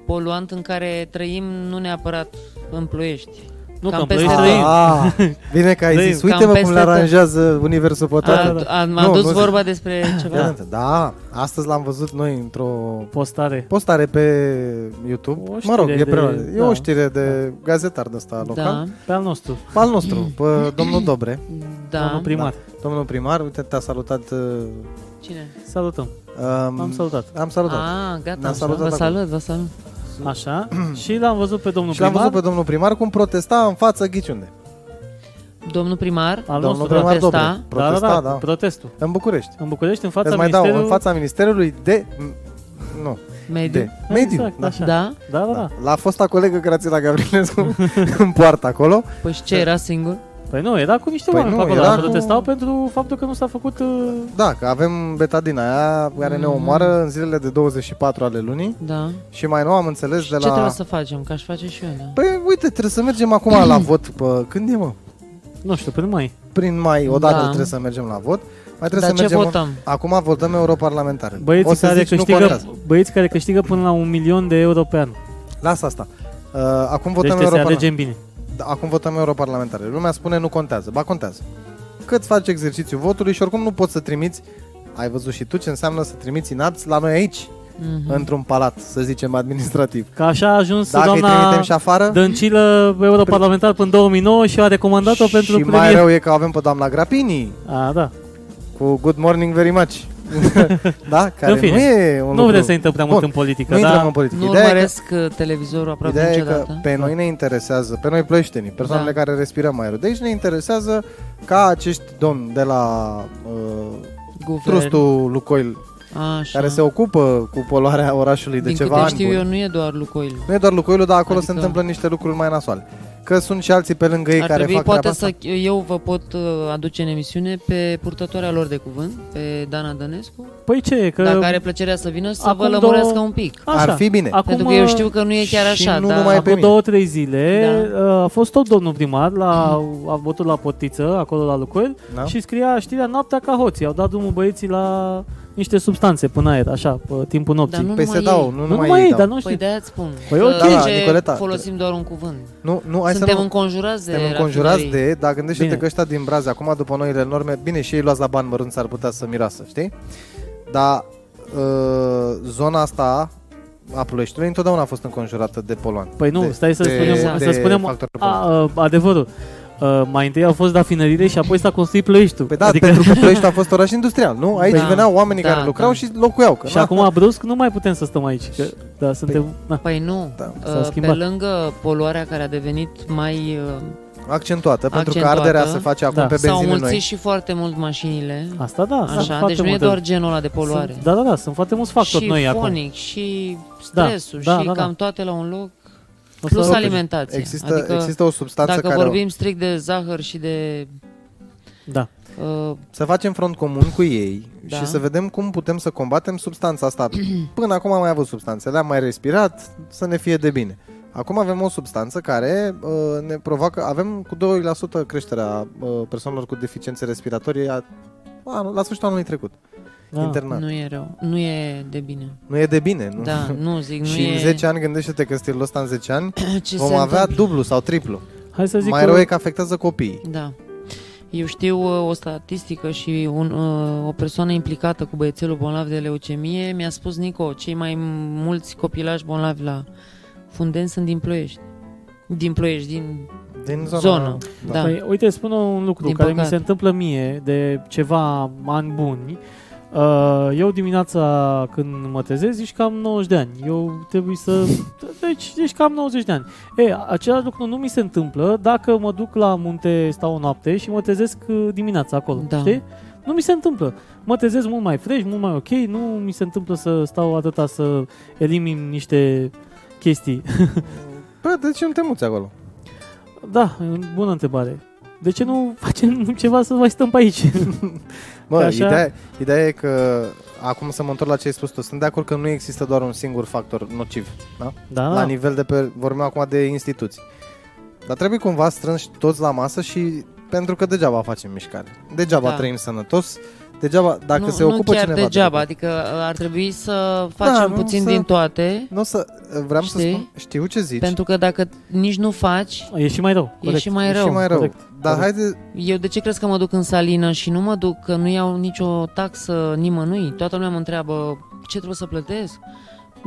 Speaker 3: poluant în care trăim, nu neapărat în Ploiești.
Speaker 1: Nu,
Speaker 3: Cam
Speaker 1: că
Speaker 3: peste
Speaker 1: peste
Speaker 3: tot.
Speaker 1: trăim.
Speaker 2: Ah, bine că ai
Speaker 1: Trăim.
Speaker 2: zis, uite-mă
Speaker 3: Deci
Speaker 2: cum
Speaker 3: Cam
Speaker 2: le
Speaker 3: peste tot.
Speaker 2: aranjează Universul pe
Speaker 3: A,
Speaker 2: toate.
Speaker 3: a, am
Speaker 2: Da, Nu,
Speaker 3: adus
Speaker 2: nu zic.
Speaker 3: vorba despre ceva.
Speaker 2: Ia atent, Da, astăzi l-am văzut noi într-o
Speaker 1: Postare.
Speaker 2: postare pe YouTube.
Speaker 1: O
Speaker 2: Mă rog,
Speaker 1: știre
Speaker 2: e, prea,
Speaker 1: de-
Speaker 2: e o
Speaker 1: da.
Speaker 2: știre de gazetar de ăsta
Speaker 3: Da,
Speaker 2: local.
Speaker 1: Pe al nostru,
Speaker 2: Pe al nostru, pe domnul Dobre,
Speaker 3: da.
Speaker 1: domnul primar.
Speaker 2: domnul primar, uite, te-a salutat. uh,
Speaker 3: Cine?
Speaker 1: Salutăm.
Speaker 2: Um,
Speaker 1: Am salutat.
Speaker 2: Am salutat.
Speaker 3: Ah,
Speaker 2: Ne-am
Speaker 3: gata,
Speaker 2: salutat
Speaker 3: vă
Speaker 2: acum.
Speaker 3: salut, vă salut.
Speaker 1: Așa. și l-am văzut pe domnul
Speaker 2: Și l-am
Speaker 1: primar.
Speaker 2: văzut pe domnul primar cum protesta în față ghiciunde.
Speaker 3: Domnul primar,
Speaker 1: Al
Speaker 2: Domnul
Speaker 1: nostru,
Speaker 2: primar
Speaker 3: protesta.
Speaker 2: Dobre. Protesta, da.
Speaker 1: da, da, da. Protestul.
Speaker 2: În București.
Speaker 1: În București, în fața
Speaker 2: Îți mai dau, în
Speaker 1: ministerului...
Speaker 2: fața Ministerului de... m- Nu,
Speaker 3: mediu.
Speaker 2: de mediu.
Speaker 1: Exact,
Speaker 2: da.
Speaker 1: așa.
Speaker 3: Da?
Speaker 1: Da, da, da.
Speaker 2: La fosta colegă Grațiela Gavrilescu în poartă acolo.
Speaker 3: Păi și ce era singur?
Speaker 1: Păi nu, era cu niște
Speaker 2: Păi
Speaker 1: oameni
Speaker 2: nu,
Speaker 1: pe acolo,
Speaker 2: era
Speaker 1: cu...
Speaker 2: cu-
Speaker 1: protestau pentru faptul că nu s-a făcut... Uh...
Speaker 2: Da, că avem betadina aia care
Speaker 1: Mm.
Speaker 2: ne omoară în zilele de 24 ale lunii
Speaker 3: Da.
Speaker 2: și mai nou am înțeles de
Speaker 3: Ce
Speaker 2: la...
Speaker 3: trebuie să facem? Că aș face și eu, da.
Speaker 2: Păi uite, trebuie să mergem acum la vot. Pă, când e, mă?
Speaker 1: Nu știu, până mai.
Speaker 2: Prin mai, odată
Speaker 3: Da.
Speaker 2: trebuie să mergem la vot. Mai trebuie
Speaker 3: Dar
Speaker 2: să
Speaker 3: ce
Speaker 2: mergem...
Speaker 3: votăm?
Speaker 2: Acum votăm europarlamentare. o
Speaker 1: Băieții
Speaker 2: să
Speaker 1: care,
Speaker 2: zici, nu
Speaker 1: câștigă,
Speaker 2: contează.
Speaker 1: băieți care câștigă până la un milion de euro pe an.
Speaker 2: Lasă asta. Uh, acum
Speaker 1: Deci
Speaker 2: votăm
Speaker 1: trebuie să
Speaker 2: europarlamentare.
Speaker 1: alegem bine.
Speaker 2: Da, Acum votăm europarlamentare. Lumea spune nu contează. Ba contează. Cât faci exercițiul votului și oricum nu poți să trimiți ai văzut și tu ce înseamnă să trimiți inapți la noi aici,
Speaker 3: Mhm.
Speaker 2: mm-hmm. într-un palat, să zicem, administrativ.
Speaker 1: Că așa a ajuns
Speaker 2: Dacă îi
Speaker 1: doamna
Speaker 2: trimitem și afară,
Speaker 1: Dăncilă europarlamentar până în 2009 și a recomandat-o pentru
Speaker 2: și
Speaker 1: premier.
Speaker 2: mai rău e că avem pe doamna Grapini
Speaker 1: A, da.
Speaker 2: cu Good Morning Very Much. da? Care
Speaker 1: În fine,
Speaker 2: nu e un
Speaker 1: nu
Speaker 2: lucru...
Speaker 1: vrem să intrăm prea mult
Speaker 2: Bun,
Speaker 1: în politică, da?
Speaker 2: Nu intrăm
Speaker 1: dar
Speaker 2: în politică.
Speaker 3: Nu
Speaker 2: Ideea e că
Speaker 3: urmăresc uh, televizorul aproape
Speaker 2: Ideea e că
Speaker 3: niciodată.
Speaker 2: pe noi ne interesează, pe noi ploieștenii, persoanele
Speaker 3: Da.
Speaker 2: care respirăm aerul de aici, ne interesează ca acești domni de la uh,
Speaker 3: Guvern.
Speaker 2: trustul Lucoil,
Speaker 3: Așa.
Speaker 2: care se ocupă cu poluarea orașului de
Speaker 3: Din
Speaker 2: ceva
Speaker 3: câte
Speaker 2: ani
Speaker 3: știu
Speaker 2: buni.
Speaker 3: eu, nu e doar Lucoil.
Speaker 2: Nu e doar Lucoilul, dar acolo se
Speaker 3: Adică-
Speaker 2: întâmplă niște lucruri mai nasoale. Că sunt și alții pe lângă ei
Speaker 3: Ar
Speaker 2: care
Speaker 3: trebui
Speaker 2: fac
Speaker 3: poate
Speaker 2: treaba
Speaker 3: să
Speaker 2: asta.
Speaker 3: eu vă pot uh, aduce în emisiune pe purtătoarea lor de cuvânt, pe Dana Dănescu,
Speaker 1: păi ce e, că...
Speaker 3: că dacă are plăcerea să vină să vă
Speaker 1: acum
Speaker 3: lămurească
Speaker 1: două-
Speaker 3: un pic.
Speaker 1: Așa.
Speaker 2: Ar fi bine.
Speaker 1: Acum,
Speaker 3: Pentru că eu știu că nu e chiar
Speaker 2: și
Speaker 3: așa,
Speaker 2: nu
Speaker 3: dar
Speaker 2: numai pe
Speaker 1: Acum
Speaker 2: mine.
Speaker 1: două, trei zile uh,
Speaker 3: Da.
Speaker 1: a fost tot domnul primar la a votul la Potiță, acolo la Lucoil
Speaker 2: Da.
Speaker 1: și scria știrea noaptea ca hoții. Au dat drumul băieții la niște substanțe până aer, așa, pe timpul nopții.
Speaker 3: Dar nu
Speaker 2: Păi
Speaker 3: numai
Speaker 2: se dau,
Speaker 3: ei.
Speaker 2: nu,
Speaker 1: nu
Speaker 2: numai da.
Speaker 1: numai ei,
Speaker 2: dau.
Speaker 1: dar nu știu.
Speaker 3: Păi de-aia îți spun.
Speaker 1: Păi
Speaker 3: că
Speaker 1: ok.
Speaker 2: Da, da,
Speaker 3: ce
Speaker 2: Nicoleta.
Speaker 3: folosim doar un cuvânt.
Speaker 2: Nu, nu, hai să
Speaker 3: Suntem
Speaker 2: nu...
Speaker 3: înconjurați de
Speaker 2: Suntem înconjurați
Speaker 3: rafinării.
Speaker 2: de, dar gândește-te
Speaker 1: Bine.
Speaker 2: că ăștia din braze, acum după noile norme, bine și ei luați la bani mărunți ar putea să miroasă, știi? Dar uh, zona asta a Ploieștiului întotdeauna a fost înconjurată de poluant.
Speaker 1: Păi nu,
Speaker 2: de,
Speaker 1: stai să
Speaker 2: de,
Speaker 1: spunem,
Speaker 2: de
Speaker 1: să spunem
Speaker 2: factor
Speaker 1: a,
Speaker 2: poluant.
Speaker 1: a, adevărul. A, mai întâi au fost rafinările și apoi s-a construit Ploieștiul.
Speaker 2: Păi da, adică... pentru că Ploiești a fost oraș industrial, nu? Aici
Speaker 3: Da,
Speaker 2: veneau oamenii
Speaker 3: da,
Speaker 2: care lucrau
Speaker 3: da.
Speaker 2: și locuiau. Că
Speaker 1: și
Speaker 2: na,
Speaker 1: acum brusc nu mai putem să stăm aici, că da, suntem... na.
Speaker 3: Păi nu,
Speaker 2: Da,
Speaker 1: s-a
Speaker 3: Uh, pe
Speaker 1: schimbat.
Speaker 3: lângă poluarea care a devenit mai... uh,
Speaker 2: accentuată, pentru că
Speaker 3: Accentuată.
Speaker 2: arderea se face acum
Speaker 1: Da.
Speaker 2: pe
Speaker 3: S-au
Speaker 2: benzine
Speaker 3: mulțit
Speaker 2: noi.
Speaker 3: și foarte mult mașinile,
Speaker 1: Asta da, sunt
Speaker 3: așa,
Speaker 1: foarte
Speaker 3: deci nu e
Speaker 1: multe-
Speaker 3: doar genul ăla de poluare.
Speaker 1: Sunt, da, da, da, sunt foarte mulți factori
Speaker 3: și
Speaker 1: noi acum.
Speaker 3: fonic, și stresul,
Speaker 1: da,
Speaker 3: și
Speaker 1: da, da.
Speaker 3: cam toate la un loc,
Speaker 1: O să-
Speaker 3: plus
Speaker 1: ok.
Speaker 3: alimentație.
Speaker 2: Există,
Speaker 3: adică
Speaker 2: există o substanță
Speaker 3: dacă
Speaker 2: care...
Speaker 3: vorbim strict de zahăr și de...
Speaker 1: Da.
Speaker 3: Uh,
Speaker 2: Să facem front comun cu ei da.
Speaker 3: Da.
Speaker 2: și să vedem cum putem să combatem substanța asta. Până acum am mai avut substanțe, le-am mai respirat, să ne fie de bine. Acum avem o substanță care uh, ne provoacă, avem cu 2% creșterea uh, persoanelor cu deficiențe respiratorii a, a, la sfârșitul anului trecut,
Speaker 1: Da.
Speaker 2: internat. Nu.
Speaker 3: nu e rău, nu e de bine.
Speaker 2: nu e de bine, nu?
Speaker 3: Da, nu zic, nu
Speaker 2: și
Speaker 3: e...
Speaker 2: în 10 ani, gândește-te că stilul ăsta în 10 ani
Speaker 3: ce
Speaker 2: vom
Speaker 3: se
Speaker 2: avea
Speaker 3: întâmplă.
Speaker 2: dublu sau triplu.
Speaker 1: Hai să zic
Speaker 2: Mai
Speaker 1: că-
Speaker 2: rău e că afectează copiii.
Speaker 3: Da. Eu știu uh, o statistică și un, uh, o persoană implicată cu băiețelul bolnav de leucemie mi-a spus, Nico, cei mai mulți copilași bolnavi la fundeni sunt din Ploiești. Din Ploiești, din
Speaker 2: Din zona.
Speaker 3: zonă. zonă. Da. da.
Speaker 1: Păi, uite, spun un lucru
Speaker 3: Din
Speaker 1: care mi
Speaker 3: păcate.
Speaker 1: se întâmplă mie de ceva ani buni. Uh, Eu dimineața când mă trezesc ești cam 90 de ani. Eu trebuie să... Deci ești cam 90 de ani. E, același lucru nu mi se întâmplă dacă mă duc la munte, stau o noapte și mă trezesc uh, dimineața acolo.
Speaker 3: Da.
Speaker 1: Știi? Nu mi se întâmplă. Mă trezesc mult mai fresh, mult mai ok. Nu mi se întâmplă să stau atâta să elimin niște chestii.
Speaker 2: Bă, deci de ce nu te muți acolo?
Speaker 1: Da, bună întrebare. De ce nu facem ceva să mai stăm pe aici?
Speaker 2: Bă,
Speaker 1: Așa?
Speaker 2: ideea, ideea e că, acum să mă întorc la ce ai spus tu, sunt de acord că nu există doar un singur factor nociv, da?
Speaker 1: Da,
Speaker 3: Ah.
Speaker 2: La nivel de pe, vorbim acum de instituții. Dar trebuie cumva strânși toți la masă și pentru că degeaba facem mișcare. Degeaba
Speaker 3: Da.
Speaker 2: trăim sănătos, degeaba, dacă
Speaker 3: nu,
Speaker 2: se ocupă
Speaker 3: nu chiar
Speaker 2: cineva
Speaker 3: degeaba,
Speaker 2: De, Da,
Speaker 3: adică uh, ar trebui să facem
Speaker 2: nu,
Speaker 3: puțin
Speaker 2: să-
Speaker 3: din toate,
Speaker 2: nu o să, vreau să
Speaker 3: Știi?
Speaker 2: spun, știu ce zici,
Speaker 3: pentru că dacă nici nu faci,
Speaker 1: E și mai rău.
Speaker 3: e
Speaker 1: corect.
Speaker 3: și mai
Speaker 2: e
Speaker 3: rău.
Speaker 2: și mai rău.
Speaker 1: corect,
Speaker 2: Dar
Speaker 1: corect.
Speaker 2: haide,
Speaker 3: Eu de ce crezi că mă duc în salină și nu mă duc, că nu iau nicio taxă nimănui? Toată lumea mă întreabă ce trebuie să plătesc.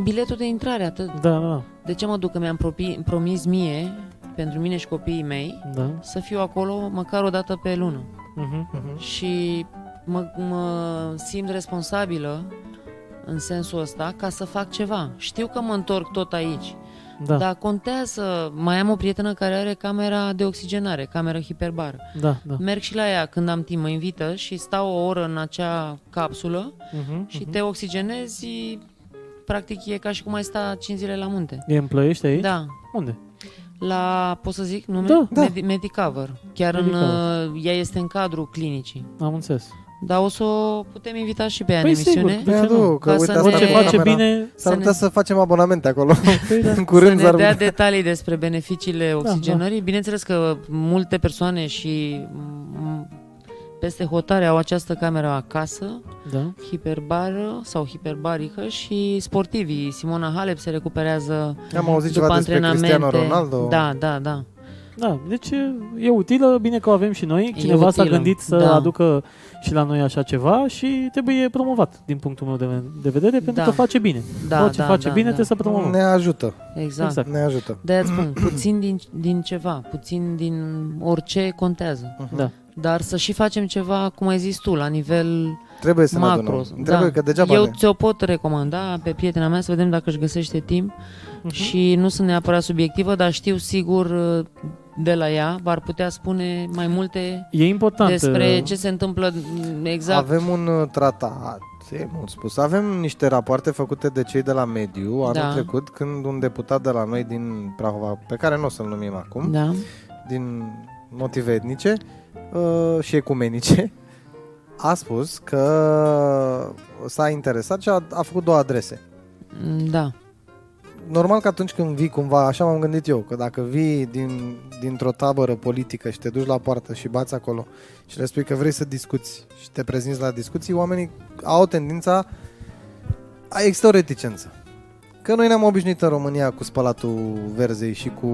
Speaker 3: Biletul de intrare, atât.
Speaker 1: Da, da,
Speaker 3: De ce mă duc? Că mi-am propi- promis mie, pentru mine și copiii mei,
Speaker 1: da.
Speaker 3: să fiu acolo măcar o dată pe lună.
Speaker 1: Mhm.
Speaker 3: Și mă, mă simt responsabilă în sensul ăsta ca să fac ceva. Știu că mă întorc tot aici,
Speaker 1: Da, da,
Speaker 3: dar contează. Mai am o prietenă care are camera de oxigenare, camera hiperbară.
Speaker 1: da. da.
Speaker 3: Merg și la ea când am timp, mă invită și stau o oră în acea capsulă
Speaker 1: Mhm.
Speaker 3: și te oxigenezi, practic e ca și cum ai sta 5 zile la munte.
Speaker 1: E în Ploiești aici?
Speaker 3: Da,
Speaker 1: Unde?
Speaker 3: La, pot să zic nume?
Speaker 1: Da.
Speaker 2: Da.
Speaker 3: Medi- Medicover. Chiar
Speaker 1: Medicover.
Speaker 3: în, uh, ea este în cadrul clinicii.
Speaker 1: Am înțeles.
Speaker 3: Dar o să o putem invita și pe ea
Speaker 1: Păi
Speaker 3: în emisiune.
Speaker 1: sigur,
Speaker 2: Mi-a
Speaker 1: ce nu?
Speaker 2: duc, că
Speaker 3: Ca
Speaker 2: uite,
Speaker 3: să
Speaker 2: asta
Speaker 1: Orice
Speaker 2: cu
Speaker 3: ne-
Speaker 1: face
Speaker 2: camera.
Speaker 1: bine,
Speaker 2: S-ar
Speaker 3: să
Speaker 2: putea
Speaker 3: ne-
Speaker 2: să facem abonamente acolo.
Speaker 1: păi da.
Speaker 2: în
Speaker 3: Să
Speaker 2: curând
Speaker 3: ne
Speaker 2: s-ar
Speaker 3: dea
Speaker 2: putea.
Speaker 3: detalii despre beneficiile oxigenării. Bineînțeles că multe persoane și m, peste hotare au această cameră acasă,
Speaker 1: da.
Speaker 3: hiperbară sau hiperbarică și sportivii. Simona Halep se recuperează
Speaker 2: Am auzit
Speaker 3: după
Speaker 2: ceva despre
Speaker 3: antrenamente.
Speaker 2: Cristiano Ronaldo.
Speaker 3: Da, da, da.
Speaker 1: Da, deci e- e utilă, bine că o avem și noi. Cineva s-a
Speaker 3: utilă,
Speaker 1: gândit să
Speaker 3: da.
Speaker 1: aducă și la noi așa ceva și trebuie promovat din punctul meu de, de vedere pentru
Speaker 3: Da.
Speaker 1: că face bine.
Speaker 3: Da,
Speaker 1: Orice
Speaker 3: da,
Speaker 1: face
Speaker 3: da,
Speaker 1: bine
Speaker 3: da.
Speaker 1: trebuie să promovăm.
Speaker 2: Ne ajută,
Speaker 3: Exact.
Speaker 1: Exact.
Speaker 3: exact.
Speaker 2: ne ajută.
Speaker 3: De-aia îți spun, puțin din, din ceva, puțin din orice contează.
Speaker 1: Da.
Speaker 3: Dar să și facem ceva, cum ai zis tu, la nivel
Speaker 2: Trebuie să ne
Speaker 3: macro. Da.
Speaker 2: adunăm. Trebuie că degeaba
Speaker 3: Eu
Speaker 2: ne-
Speaker 3: ți-o pot recomanda pe prietena mea să vedem dacă își găsește timp
Speaker 1: Mhm.
Speaker 3: și nu sunt neapărat subiectivă, dar știu sigur uh, de la ea, ar putea spune mai multe
Speaker 1: E important.
Speaker 3: despre
Speaker 1: uh,
Speaker 3: ce se întâmplă mm, exact.
Speaker 2: Avem un uh, tratat, e mult spus, avem niște rapoarte făcute de cei de la Mediu anul
Speaker 3: Da.
Speaker 2: trecut, când un deputat de la noi din Prahova, pe care nu o să-l numim acum,
Speaker 3: Da.
Speaker 2: din motive etnice uh, și ecumenice, a spus că s-a interesat și a, a făcut două adrese.
Speaker 3: Mm, Da.
Speaker 2: Normal că atunci când vii cumva, așa m-am gândit eu, că dacă vii din, dintr-o tabără politică și te duci la poartă și bați acolo și le spui că vrei să discuți și te prezinți la discuții, oamenii au tendința, a- există o reticență. Că noi ne-am obișnuit în România cu spălatul verzei și cu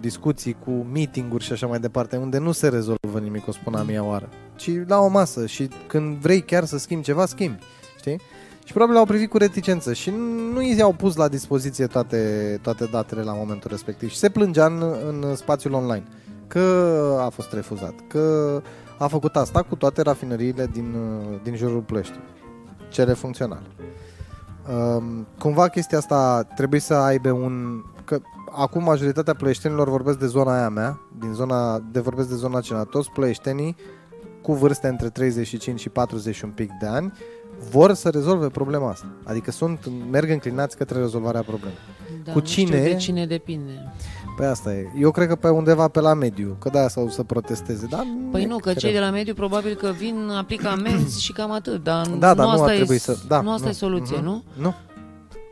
Speaker 2: discuții, cu meeting-uri și așa mai departe, unde nu se rezolvă nimic, o spun a mia oară, ci la o masă și când vrei chiar să schimbi ceva, schimbi, știi? Și probabil au privit cu reticență și nu i-au pus la dispoziție toate, toate datele la momentul respectiv. Și se plângea în, în spațiul online că a fost refuzat, că a făcut asta cu toate rafinăriile din, din jurul Pleștii, cele funcționale. Um, cumva chestia asta trebuie să aibă un... Că acum majoritatea ploieștenilor vorbesc de zona aia mea, din zona, de vorbesc de zona aceea. Toți ploieștenii cu vârste între 35 și 40 și un pic de ani vor să rezolve problema asta. Adică sunt, merg înclinați către rezolvarea problemei.
Speaker 3: da.
Speaker 2: Cu
Speaker 3: nu știu
Speaker 2: cine-
Speaker 3: De cine depinde.
Speaker 2: Păi asta e. Eu cred că pe undeva pe la mediu, că de-aia s-au dus să protesteze. Dar
Speaker 3: Păi
Speaker 2: e
Speaker 3: nu, că
Speaker 2: greu.
Speaker 3: cei de la mediu probabil că vin, aplică amenzi și cam atât, dar
Speaker 2: da,
Speaker 3: nu,
Speaker 2: dar nu
Speaker 3: asta
Speaker 2: ar
Speaker 3: e,
Speaker 2: trebui să... Da,
Speaker 3: nu asta e soluție,
Speaker 2: Mhm.
Speaker 3: nu?
Speaker 2: Nu.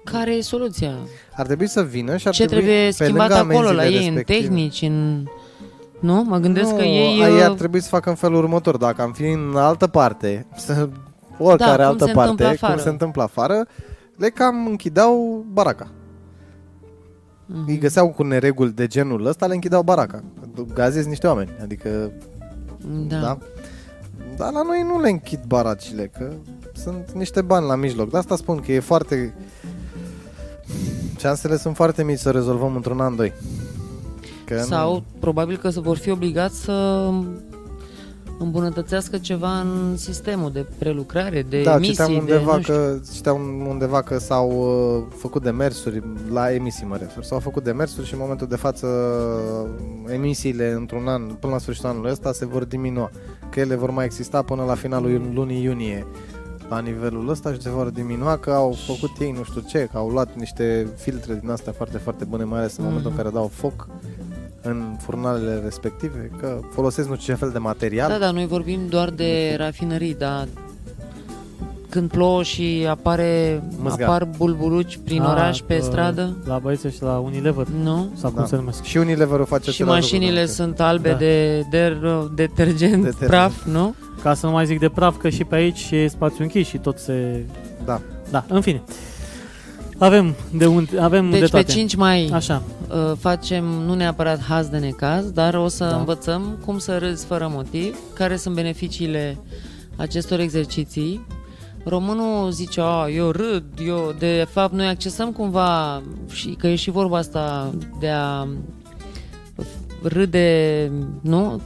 Speaker 3: Care e soluția?
Speaker 2: Ar trebui să vină și ar
Speaker 3: ce
Speaker 2: trebui,
Speaker 3: trebuie
Speaker 2: pe
Speaker 3: schimbat
Speaker 2: lângă
Speaker 3: acolo la ei,
Speaker 2: amenziile
Speaker 3: în
Speaker 2: respective-
Speaker 3: tehnici, în... Nu? Mă gândesc
Speaker 2: nu,
Speaker 3: că ei...
Speaker 2: a-
Speaker 3: uh,
Speaker 2: ar trebui să facă în felul următor. Dacă am fi în altă parte, să, oricare
Speaker 3: Da, cum
Speaker 2: altă
Speaker 3: se
Speaker 2: parte,
Speaker 3: întâmplă
Speaker 2: cum
Speaker 3: afară.
Speaker 2: se întâmplă afară, le cam închideau baraca.
Speaker 3: Mhm.
Speaker 2: Îi găseau cu nereguli de genul ăsta, le închideau baraca. Gazezi niște oameni, adică
Speaker 3: da.
Speaker 2: da? Dar la noi nu le închid baracile, că sunt niște bani la mijloc. De asta spun că e foarte... Șansele sunt foarte mici să rezolvăm într-un an, doi. Că nu-
Speaker 3: Sau probabil că se vor fi obligați să îmbunătățească ceva în sistemul de prelucrare, de
Speaker 2: da,
Speaker 3: emisii,
Speaker 2: citeam
Speaker 3: de,
Speaker 2: undeva,
Speaker 3: nu știu.
Speaker 2: că, citeam undeva că s-au uh, făcut demersuri la emisii, mă refer. S-au făcut demersuri și în momentul de față uh, emisiile într-un an, până la sfârșitul anului ăsta, se vor diminua. Că ele vor mai exista până la finalul lunii iunie la nivelul ăsta și se vor diminua că au făcut ei nu știu ce, că au luat niște filtre din astea foarte, foarte bune, mai ales în
Speaker 3: Mhm.
Speaker 2: momentul în care dau foc în furnalele respective, că folosesc nu știu ce fel de material.
Speaker 3: Da, da, noi vorbim doar de rafinării, dar când plouă și apare,
Speaker 2: Mâzga.
Speaker 3: apar bulbuluci prin
Speaker 1: a,
Speaker 3: oraș, pe
Speaker 1: că
Speaker 3: stradă,
Speaker 1: Da, uh, La băieți și la Unilever.
Speaker 3: nu?
Speaker 1: Sau cum
Speaker 2: Da.
Speaker 1: se numesc.
Speaker 2: Și Unilever o face
Speaker 3: Și
Speaker 2: același lucru,
Speaker 3: mașinile
Speaker 2: da.
Speaker 3: sunt albe
Speaker 1: Da.
Speaker 3: de, de detergent,
Speaker 2: Detergent.
Speaker 3: praf, nu?
Speaker 1: Ca să nu mai zic de praf, că și pe aici e spațiu închis și tot se...
Speaker 2: Da.
Speaker 1: Da, în fine. Avem de, unde, avem de
Speaker 3: Deci pe
Speaker 1: toate.
Speaker 3: 5 mai
Speaker 1: Așa,
Speaker 3: uh, facem nu neapărat haz de necaz, dar o să
Speaker 1: Da.
Speaker 3: învățăm cum să râzi fără motiv, care sunt beneficiile acestor exerciții. Românul zice, a, eu râd, eu, de fapt, noi accesăm cumva, și că e și vorba asta de a râde, nu?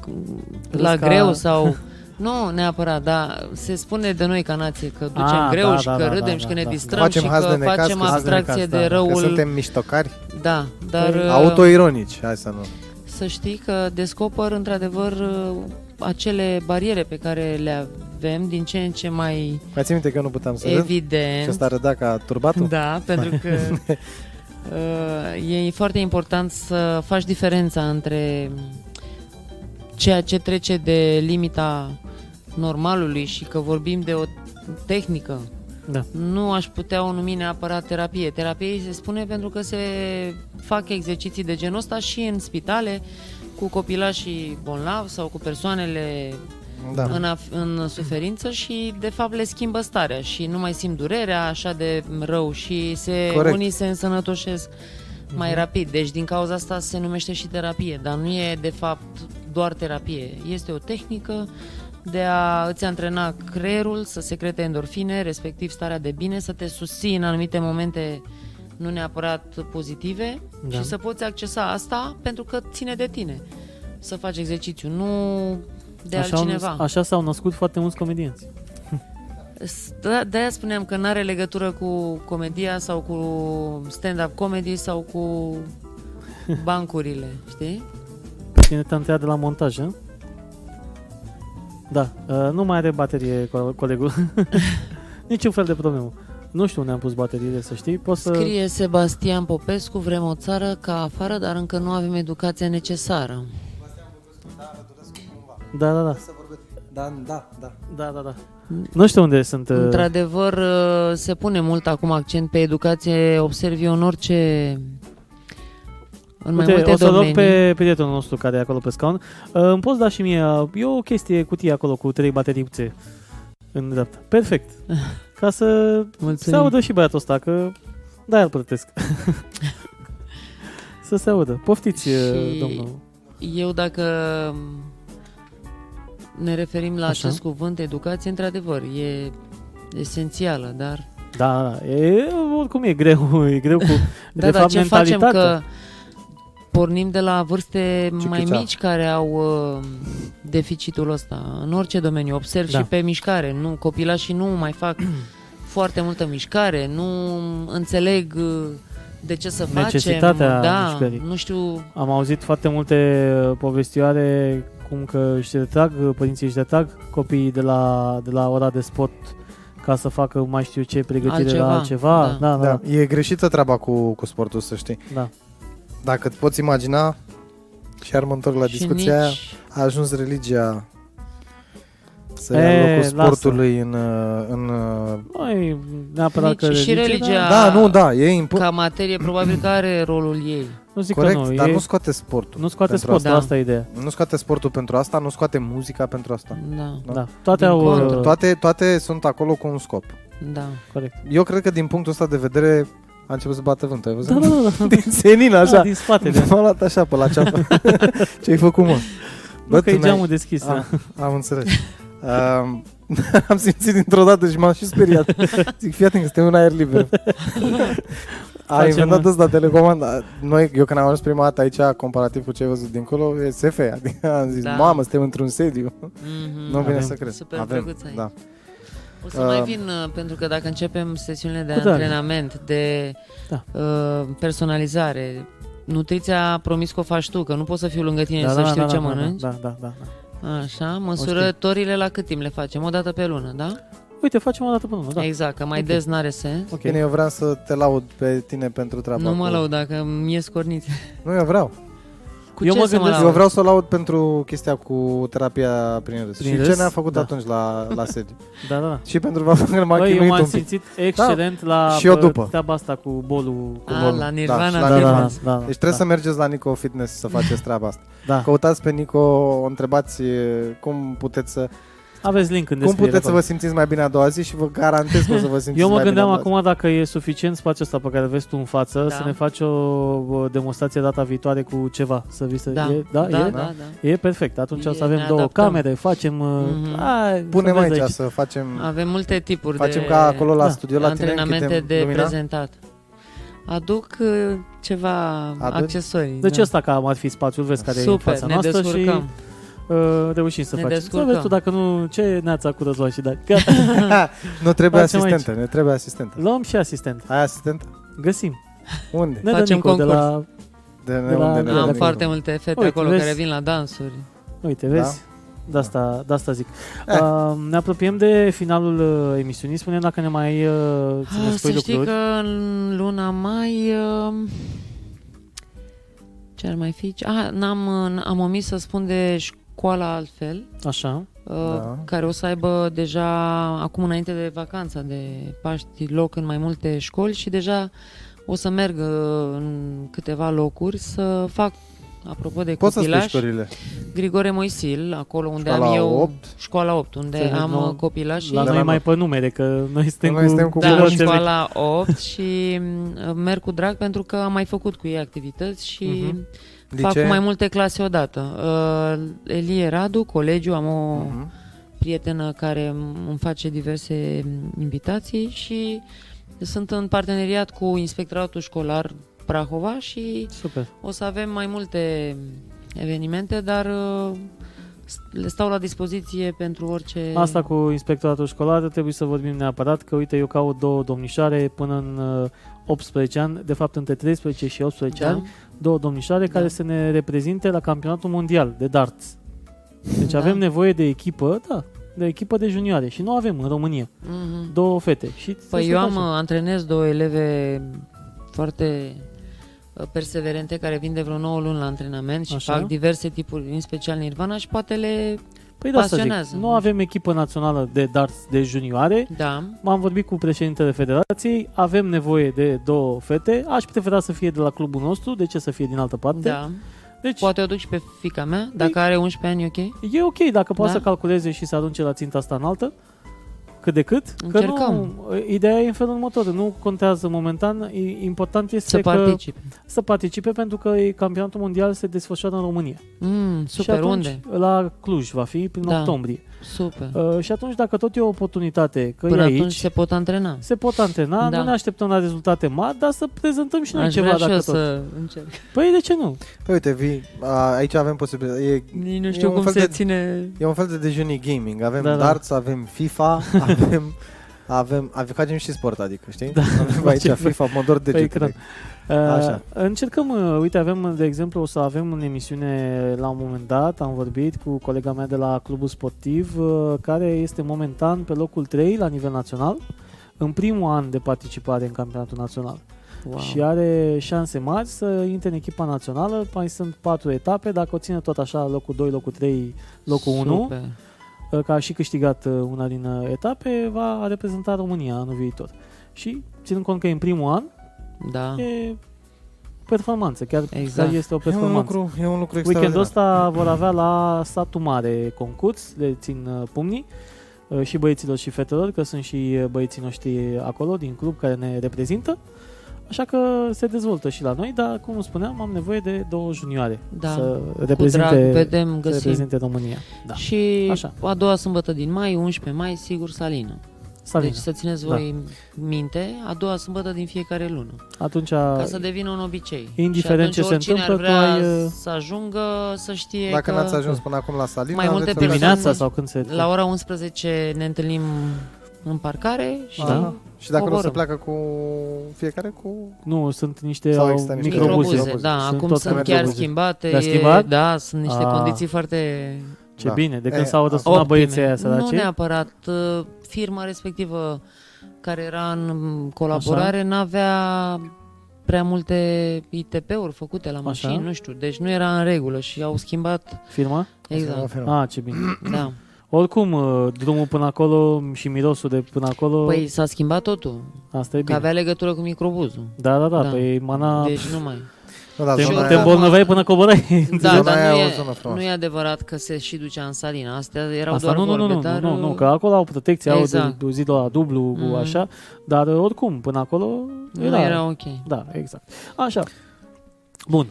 Speaker 1: Râs
Speaker 3: La
Speaker 1: ca-
Speaker 3: greu sau... Nu, neapărat, dar se spune de noi ca nație că ducem
Speaker 1: Ah,
Speaker 3: greu
Speaker 1: da,
Speaker 3: și
Speaker 1: da,
Speaker 3: că
Speaker 1: da,
Speaker 3: râdem
Speaker 1: da,
Speaker 3: și
Speaker 1: da,
Speaker 3: că ne
Speaker 1: da.
Speaker 3: distrăm
Speaker 2: Facem
Speaker 3: și
Speaker 2: haz de
Speaker 3: că
Speaker 2: necaz,
Speaker 3: facem
Speaker 2: că haz
Speaker 1: de necaz,
Speaker 3: abstracție
Speaker 1: da,
Speaker 3: de
Speaker 1: că păi,
Speaker 2: Că
Speaker 3: răul...
Speaker 2: suntem miștocari,
Speaker 3: Da, dar uh,
Speaker 2: autoironici, hai să nu.
Speaker 3: să știi că descoper într-adevăr uh, acele bariere pe care le avem din ce în ce mai
Speaker 2: Mai ții minte că eu nu puteam să râd? Și
Speaker 3: evident.
Speaker 2: ăsta râdea ca turbatul?
Speaker 3: Da, pentru că Uh, e foarte important să faci diferența între ceea ce trece de limita normalului și că vorbim de o tehnică.
Speaker 1: Da.
Speaker 3: Nu aș putea o numi neapărat terapie. Terapie îi se spune pentru că se fac exerciții de genul ăsta și în spitale cu copilașii bolnavi sau cu persoanele
Speaker 2: Da.
Speaker 3: în, af- în suferință și de fapt le schimbă starea și nu mai simt durerea așa de rău și se,
Speaker 2: Corect.
Speaker 3: unii se însănătoșesc mai rapid. Deci din cauza asta se numește și terapie, dar nu e de fapt doar terapie. Este o tehnică de a îți antrena creierul să secrete endorfine, respectiv starea de bine, să te susții în anumite momente nu neapărat pozitive
Speaker 1: Da.
Speaker 3: da. și să poți accesa asta pentru că ține de tine. Să faci exercițiu, nu de
Speaker 1: așa, au-
Speaker 3: altcineva.
Speaker 1: așa s-au născut foarte mulți comedienți.
Speaker 3: Da, de-aia spuneam că n-are legătură cu comedia sau cu stand-up comedy sau cu bancurile, știi?
Speaker 1: Cine te-a întrebat de la montaj, a? Da, uh, nu mai are baterie co- colegul. Niciun fel de problemă. Nu știu unde am pus bateriile, să știi. Poți să...
Speaker 3: Scrie Sebastian Popescu, vrem o țară ca afară, dar încă nu avem educația necesară.
Speaker 1: Da, da, da.
Speaker 2: Da, da, da.
Speaker 1: Da, da, da. Nu știu unde sunt. uh,
Speaker 3: Într-adevăr, uh, se pune mult acum accent pe educație, observ eu în orice... În mai
Speaker 1: Uite,
Speaker 3: multe
Speaker 1: o să
Speaker 3: domenii.
Speaker 1: rog pe prietenul nostru care e acolo pe scaun. Uh, îmi poți da și mie, uh, e o chestie cutie acolo cu trei bateriuțe în dreapta. Perfect. Ca să se
Speaker 3: Mulțumim.
Speaker 1: audă și băiatul ăsta, că da, îl plătesc. să se audă. Poftiți, și...
Speaker 3: Și-
Speaker 1: domnul.
Speaker 3: Eu dacă ne referim la
Speaker 1: Așa.
Speaker 3: Așa. acest cuvânt educație, într-adevăr, e esențială, dar...
Speaker 1: Da, da, e, oricum e greu, e greu cu,
Speaker 3: Da,
Speaker 1: de
Speaker 3: dar
Speaker 1: fapt,
Speaker 3: ce facem
Speaker 1: mentalitatea.
Speaker 3: că pornim de la vârste mai
Speaker 2: Ciuchița.
Speaker 3: mici care au uh, deficitul ăsta în orice domeniu. Observ
Speaker 1: Da.
Speaker 3: și pe mișcare. Nu, copilașii nu mai fac foarte multă mișcare, nu înțeleg uh, de ce să facem.
Speaker 1: Necesitatea
Speaker 3: da,
Speaker 1: mișcării.
Speaker 3: nu știu
Speaker 1: Am auzit foarte multe uh, povestioare cum că își retrag, uh, părinții își retrag copiii de la, de la ora de sport ca să facă mai știu ce pregătire la
Speaker 3: Altceva,
Speaker 1: altceva.
Speaker 3: da.
Speaker 1: Da, da, da.
Speaker 2: Da, e greșită treaba cu, cu sportul, să știi.
Speaker 1: da.
Speaker 2: Dacă îți poți imagina, și ar mă întorc la
Speaker 3: și
Speaker 2: discuția aia,
Speaker 3: nici...
Speaker 2: a ajuns religia să
Speaker 1: E,
Speaker 2: ia locul
Speaker 1: lasă.
Speaker 2: sportului în, uh, în... uh,
Speaker 1: Nu e neapărat
Speaker 3: Nici
Speaker 1: că
Speaker 3: Deci și
Speaker 1: religie,
Speaker 3: religia.
Speaker 1: dar
Speaker 2: Da, nu, da, e impu...
Speaker 3: ca materie probabil că are rolul ei.
Speaker 1: Nu zic
Speaker 2: Corect,
Speaker 1: că nu.
Speaker 2: dar
Speaker 1: e,
Speaker 2: nu scoate sportul.
Speaker 1: nu scoate
Speaker 2: pentru
Speaker 1: sport, da.
Speaker 3: asta.
Speaker 1: asta e ideea.
Speaker 2: Nu scoate sportul pentru asta, nu scoate muzica pentru asta.
Speaker 3: Da,
Speaker 1: Da.
Speaker 2: Da.
Speaker 1: Toate
Speaker 3: Din
Speaker 1: au...
Speaker 3: contră.
Speaker 1: uh,
Speaker 2: Toate, toate sunt acolo cu un scop.
Speaker 3: da.
Speaker 1: Corect.
Speaker 2: Eu cred că din punctul ăsta de vedere a început să bată vântul, ai
Speaker 1: Da,
Speaker 2: văzut?
Speaker 1: da, da. da.
Speaker 2: Din senin,
Speaker 1: Așa.
Speaker 2: așa.
Speaker 1: din spate. Da.
Speaker 2: M-a luat așa pe la ceapă. Ce-ai făcut, mă?
Speaker 1: Nu că
Speaker 2: tu
Speaker 1: e
Speaker 2: n-ai-
Speaker 1: geamul deschis. da.
Speaker 2: Ah, am înțeles. Um, am simțit dintr-o dată și m-am și speriat. Zic, fii atent că suntem în aer liber. A
Speaker 1: Facem
Speaker 2: inventat
Speaker 1: un-
Speaker 2: ăsta telecomanda. Noi, eu când am ajuns prima dată aici, comparativ cu ce ai văzut dincolo, e SF. Adică am zis,
Speaker 3: Da.
Speaker 2: mamă, suntem într-un sediu.
Speaker 3: Mm-hmm.
Speaker 1: Mm.
Speaker 2: Nu vine
Speaker 1: Avem.
Speaker 2: să cred.
Speaker 3: Super drăguț ai.
Speaker 2: da.
Speaker 3: O să mai
Speaker 2: Uh,
Speaker 3: vin, uh, pentru că dacă începem sesiunile de
Speaker 1: Cu drag.
Speaker 3: antrenament, de
Speaker 1: Da.
Speaker 3: uh, personalizare, nutriția a promis că o faci tu, că nu pot să fiu lângă tine
Speaker 1: Da,
Speaker 3: să
Speaker 1: da,
Speaker 3: știu
Speaker 1: da,
Speaker 3: ce
Speaker 1: da,
Speaker 3: mănânci.
Speaker 1: Da, da, da, da.
Speaker 3: Așa,
Speaker 1: O
Speaker 3: măsurătorile la cât timp le facem? O dată pe lună, da?
Speaker 1: Uite, facem o dată până una, da.
Speaker 3: Exact, că mai
Speaker 1: Ok.
Speaker 3: des n-are sens.
Speaker 1: Ok.
Speaker 2: Bine, eu vreau să te laud pe tine pentru treaba
Speaker 3: Nu mă
Speaker 2: cu-
Speaker 3: laud dacă mi-e scornit.
Speaker 2: Nu, eu vreau.
Speaker 3: Cu
Speaker 1: Eu
Speaker 3: ce
Speaker 1: mă
Speaker 3: să mă
Speaker 1: gândesc-
Speaker 3: laud?
Speaker 2: Eu vreau să o laud pentru chestia cu terapia prin râs.
Speaker 1: Prin
Speaker 2: și
Speaker 1: râs?
Speaker 2: ce ne-a făcut
Speaker 1: Da.
Speaker 2: atunci la, la sediu.
Speaker 1: Da, da, da.
Speaker 2: și pentru faptul că m-a
Speaker 1: Băi, eu
Speaker 2: chinuit
Speaker 1: m-am
Speaker 2: un pic. Da.
Speaker 1: simțit excelent la
Speaker 2: Și eu
Speaker 1: bă,
Speaker 2: după.
Speaker 1: treaba asta cu bolul. Cu
Speaker 3: A,
Speaker 1: bolul.
Speaker 3: Ah, la
Speaker 2: Da,
Speaker 3: Nirvana.
Speaker 2: și la
Speaker 1: da, da, da,
Speaker 2: Nirvana.
Speaker 1: da,
Speaker 2: Deci trebuie
Speaker 1: da,
Speaker 2: să mergeți la Nico Fitness să faceți treaba asta.
Speaker 1: Da.
Speaker 2: Căutați pe Nico, o întrebați e, cum puteți să
Speaker 1: Da. Aveți link în
Speaker 2: cum
Speaker 1: descriere.
Speaker 2: puteți să vă
Speaker 1: acolo.
Speaker 2: simțiți mai bine a doua zi și vă garantez că o să vă simțiți
Speaker 1: Eu mă
Speaker 2: mai
Speaker 1: gândeam
Speaker 2: bine a doua
Speaker 1: acum dacă e suficient spațiul ăsta pe care îl vezi tu în față
Speaker 3: Da.
Speaker 1: să ne faci o bă, demonstrație data viitoare cu ceva. Să vii să...
Speaker 3: Da,
Speaker 1: e,
Speaker 3: da, da,
Speaker 1: e?
Speaker 3: da, da.
Speaker 1: E perfect. Atunci
Speaker 3: E,
Speaker 1: o să avem
Speaker 3: ne
Speaker 1: două
Speaker 3: adaptăm.
Speaker 1: camere, facem...
Speaker 3: Mhm.
Speaker 1: Mm-hmm. A,
Speaker 2: zi. Punem aici, să facem
Speaker 3: Avem multe tipuri
Speaker 2: facem
Speaker 3: de...
Speaker 2: ca acolo la
Speaker 1: da,
Speaker 2: studio la tine
Speaker 3: antrenamente
Speaker 2: închidem
Speaker 3: de
Speaker 2: lumina.
Speaker 3: prezentat. Aduc uh, ceva
Speaker 2: Aduci?
Speaker 3: accesorii.
Speaker 1: Deci
Speaker 3: da.
Speaker 1: ăsta cam ar fi spațiul, vezi care e în
Speaker 3: Super,
Speaker 1: fața
Speaker 3: ne
Speaker 1: noastră și
Speaker 3: descurcăm.
Speaker 1: uh, reușim să
Speaker 3: Ne
Speaker 1: facem. Să
Speaker 3: descurcăm.
Speaker 1: vezi tu dacă nu, ce neața cu răzvan și da. Gata,
Speaker 2: Nu trebuie
Speaker 1: Facem
Speaker 2: asistentă, ne trebuie asistentă.
Speaker 1: luăm și asistent.
Speaker 2: Ai asistent?
Speaker 1: Găsim.
Speaker 2: Unde?
Speaker 1: Ne dă
Speaker 3: Facem
Speaker 1: Nico de
Speaker 3: concurs.
Speaker 1: la...
Speaker 2: De,
Speaker 1: Da. la-
Speaker 2: unde ne
Speaker 1: Da,
Speaker 3: Am
Speaker 2: vedem?
Speaker 1: adică-
Speaker 3: foarte multe fete
Speaker 1: Uite,
Speaker 3: acolo
Speaker 1: vezi?
Speaker 3: care vin la dansuri.
Speaker 2: Da.
Speaker 1: Uite, vezi? De asta, de asta zic.
Speaker 2: Eh.
Speaker 1: Uh, ne apropiem de finalul uh, emisiunii. Spune dacă ne mai uh, ți ne
Speaker 3: Ah,
Speaker 1: spui
Speaker 3: Să știi
Speaker 1: lucruri.
Speaker 3: că în luna mai... uh, Ce ar mai fi? Ah, n-am, uh, am omis să spun de școala altfel,
Speaker 1: Așa.
Speaker 3: uh,
Speaker 2: Da.
Speaker 3: care o să aibă deja, acum înainte de vacanța de Paști, loc în mai multe școli și deja o să merg uh, în câteva locuri să fac, apropo de
Speaker 2: Poți să spui
Speaker 3: copilași,
Speaker 2: școrile.
Speaker 3: Grigore Moisil, acolo unde
Speaker 2: Școala
Speaker 3: am eu...
Speaker 2: 8.
Speaker 3: Școala 8, unde
Speaker 1: Înțeleg,
Speaker 3: am
Speaker 1: nu?
Speaker 3: uh, copilași.
Speaker 1: La
Speaker 2: Da,
Speaker 1: noi
Speaker 2: da,
Speaker 1: mai
Speaker 2: mă.
Speaker 1: pe numere, că noi suntem
Speaker 2: Noi
Speaker 1: cu...
Speaker 2: suntem
Speaker 1: cu
Speaker 2: cu
Speaker 3: Da, în
Speaker 1: vocele.
Speaker 3: școala 8 și m, merg cu drag pentru că am mai făcut cu ei activități și
Speaker 1: Mhm.
Speaker 3: fac
Speaker 2: Licee?
Speaker 3: mai multe clase odată. Uh, Elie Radu, colegiu, am o
Speaker 2: Mhm.
Speaker 3: prietenă care m- îmi face diverse m, invitații și sunt în parteneriat cu Inspectoratul Școlar Prahova și
Speaker 1: Super.
Speaker 3: o să avem mai multe evenimente, dar uh, s- le stau la dispoziție pentru orice...
Speaker 1: Asta cu inspectoratul școlar trebuie să vorbim neapărat, că uite, eu caut două domnișoare până în uh, 18 ani, de fapt între 13 și 18
Speaker 3: Da.
Speaker 1: ani, două domnișoare care să ne reprezinte la campionatul mondial de darts. Deci
Speaker 3: Da.
Speaker 1: avem nevoie de echipă, da, de echipă de junioare și nu avem în România.
Speaker 3: Mhm.
Speaker 1: Două fete. Și
Speaker 3: Păi eu am,
Speaker 1: Așa.
Speaker 3: antrenez două eleve foarte uh, perseverente care vin de vreo 9 luni la antrenament și
Speaker 1: Așa.
Speaker 3: fac diverse tipuri, în special Nirvana și poate le...
Speaker 1: Păi de asta zic,
Speaker 3: pasionează.
Speaker 1: nu avem echipă națională de darts de junioare,
Speaker 3: Da,
Speaker 1: M-am vorbit cu președintele federației, avem nevoie de două fete, aș prefera să fie de la clubul nostru, de ce să fie din altă parte?
Speaker 3: da.
Speaker 1: Deci
Speaker 3: Poate o duc și pe fica mea,
Speaker 1: păi
Speaker 3: dacă are 11 ani, e ok?
Speaker 1: e ok dacă poate
Speaker 3: Da.
Speaker 1: să calculeze și să arunce la ținta asta înaltă, cât de cât. Că
Speaker 3: Încercăm.
Speaker 1: nu, uh, ideea e în felul următor, nu contează momentan, e- important este
Speaker 3: Să
Speaker 1: că
Speaker 3: participe.
Speaker 1: să participe pentru că e- campionatul mondial se desfășoară în România.
Speaker 3: Mm,
Speaker 1: și
Speaker 3: super,
Speaker 1: atunci,
Speaker 3: unde?
Speaker 1: La Cluj va fi prin
Speaker 3: Da.
Speaker 1: octombrie.
Speaker 3: Super.
Speaker 1: Uh, și atunci dacă tot e o oportunitate, că
Speaker 3: Până
Speaker 1: e
Speaker 3: aici, atunci
Speaker 1: aici,
Speaker 3: se pot antrena.
Speaker 1: se pot antena,
Speaker 3: Da.
Speaker 1: nu ne așteptăm la rezultate mari, dar să prezentăm și noi
Speaker 3: Aș
Speaker 1: ceva
Speaker 3: vrea și
Speaker 1: dacă
Speaker 3: eu
Speaker 1: tot.
Speaker 3: să încerc.
Speaker 1: Păi de ce nu?
Speaker 2: Păi uite, vii, a, aici avem posibilitatea. E,
Speaker 3: Nici nu
Speaker 2: E
Speaker 3: știu
Speaker 2: un
Speaker 3: cum
Speaker 2: fel
Speaker 3: se
Speaker 2: de-
Speaker 3: ține...
Speaker 2: e un fel de dejunii gaming. Avem
Speaker 1: Da,
Speaker 2: da,
Speaker 1: da.
Speaker 2: darts, avem FIFA, avem... Avem, avem, facem și sport, adică, știi? Da, avem aici
Speaker 1: facem-
Speaker 2: FIFA, mă dor de
Speaker 1: Pe ecran. Uh,
Speaker 2: Așa.
Speaker 1: Încercăm, uh, uite, avem, de exemplu, o să avem în emisiune la un moment dat, am vorbit cu colega mea de la Clubul Sportiv, uh, care este momentan pe locul 3 la nivel național, în primul an de participare în campionatul național.
Speaker 3: Wow.
Speaker 1: Și are șanse mari să intre în echipa națională, mai sunt patru etape, dacă o ține tot așa, locul 2, locul 3, locul 1,
Speaker 3: Super.
Speaker 1: că a și câștigat uh, una din uh, etape, va reprezenta România anul viitor. Și, ținând cont că e în primul an,
Speaker 3: Da.
Speaker 1: e performanță, chiar
Speaker 3: Exact.
Speaker 1: exact. este o
Speaker 2: E un
Speaker 1: performanță.
Speaker 2: lucru, e un lucru
Speaker 1: Weekendul
Speaker 2: extraordinar.
Speaker 1: ăsta vor avea la satul mare concurs, le țin uh, pumnii uh, și băieților și fetelor, că sunt și uh, băieții noștri acolo din club care ne reprezintă. Așa că se dezvoltă și la noi, dar cum spuneam, am nevoie de două junioare
Speaker 3: Da.
Speaker 1: să
Speaker 3: Cu drag,
Speaker 1: reprezinte,
Speaker 3: vedem,
Speaker 1: să
Speaker 3: găsim. Deci,
Speaker 1: reprezinte România. Da.
Speaker 3: Și
Speaker 1: Așa.
Speaker 3: a doua sâmbătă din mai, 11 mai, sigur Salina.
Speaker 1: Salina.
Speaker 3: Deci să țineți
Speaker 1: Da.
Speaker 3: voi minte, a doua sâmbătă din fiecare lună,
Speaker 1: Atunci
Speaker 3: ca să devină un obicei.
Speaker 1: indiferent
Speaker 3: și
Speaker 1: ce
Speaker 3: atunci,
Speaker 1: se
Speaker 3: oricine
Speaker 1: întâmplă,
Speaker 3: ar vrea
Speaker 1: tu ai, uh,
Speaker 3: să ajungă, să știe
Speaker 2: Dacă
Speaker 3: că
Speaker 2: n-ați ajuns până acum la salin,
Speaker 3: Mai multe
Speaker 1: dimineața
Speaker 3: persoane-
Speaker 1: sau când se...
Speaker 3: la ora 11 ne întâlnim în parcare și
Speaker 1: Da.
Speaker 2: Și de acolo se
Speaker 3: coborâm.
Speaker 2: pleacă cu fiecare cu...
Speaker 1: Nu, sunt niște,
Speaker 2: Sau
Speaker 1: au-
Speaker 2: există niște
Speaker 1: microbuze.
Speaker 3: microbuze.
Speaker 2: Microbuze.
Speaker 3: Da,
Speaker 1: Sunt
Speaker 3: acum
Speaker 1: tot
Speaker 3: sunt
Speaker 1: felul de
Speaker 3: chiar
Speaker 1: microbuze.
Speaker 3: schimbate.
Speaker 1: Le-a
Speaker 3: e-
Speaker 1: schimbat?
Speaker 3: Da, sunt niște
Speaker 1: Ah.
Speaker 3: condiții foarte
Speaker 1: Ce
Speaker 2: Da.
Speaker 1: bine, de când
Speaker 2: E,
Speaker 1: s-au
Speaker 2: asta-
Speaker 1: răsunat
Speaker 3: Optime.
Speaker 1: băieții aia săraci.
Speaker 3: Nu neapărat. uh, Firma respectivă care era în colaborare n-avea prea multe ITP-uri făcute la mașini,
Speaker 1: Așa.
Speaker 3: nu știu, deci nu era în regulă și au schimbat,
Speaker 1: Firma?
Speaker 3: exact,
Speaker 1: Ah, ce bine.
Speaker 3: da.
Speaker 1: Oricum, uh, drumul până acolo și mirosul de până acolo,
Speaker 3: Păi s-a schimbat totul,
Speaker 1: asta e
Speaker 3: că
Speaker 1: bine.
Speaker 3: avea legătură cu microbuzul,
Speaker 1: Da, da, da,
Speaker 3: Da.
Speaker 1: păi mana...
Speaker 3: deci nu mai.
Speaker 2: Nu, da,
Speaker 1: Te,
Speaker 3: zona
Speaker 1: te
Speaker 3: aia-
Speaker 1: îmbolnăveai până coborai.
Speaker 3: Da,
Speaker 2: Zona aia
Speaker 3: dar nu
Speaker 2: e o
Speaker 3: e,
Speaker 2: zonă frumoasă.
Speaker 3: nu e adevărat că se și ducea în salina, astea erau
Speaker 1: Asta
Speaker 3: doar
Speaker 1: nu, nu,
Speaker 3: vorbe,
Speaker 1: nu, nu,
Speaker 3: dar...
Speaker 1: nu, nu, că acolo au protecție, au
Speaker 3: Exact.
Speaker 1: de- de zid la dublu, cu
Speaker 3: Mhm.
Speaker 1: așa, dar uh, oricum, până acolo
Speaker 3: Nu
Speaker 1: era...
Speaker 3: era ok.
Speaker 1: Da, exact. Așa. Bun,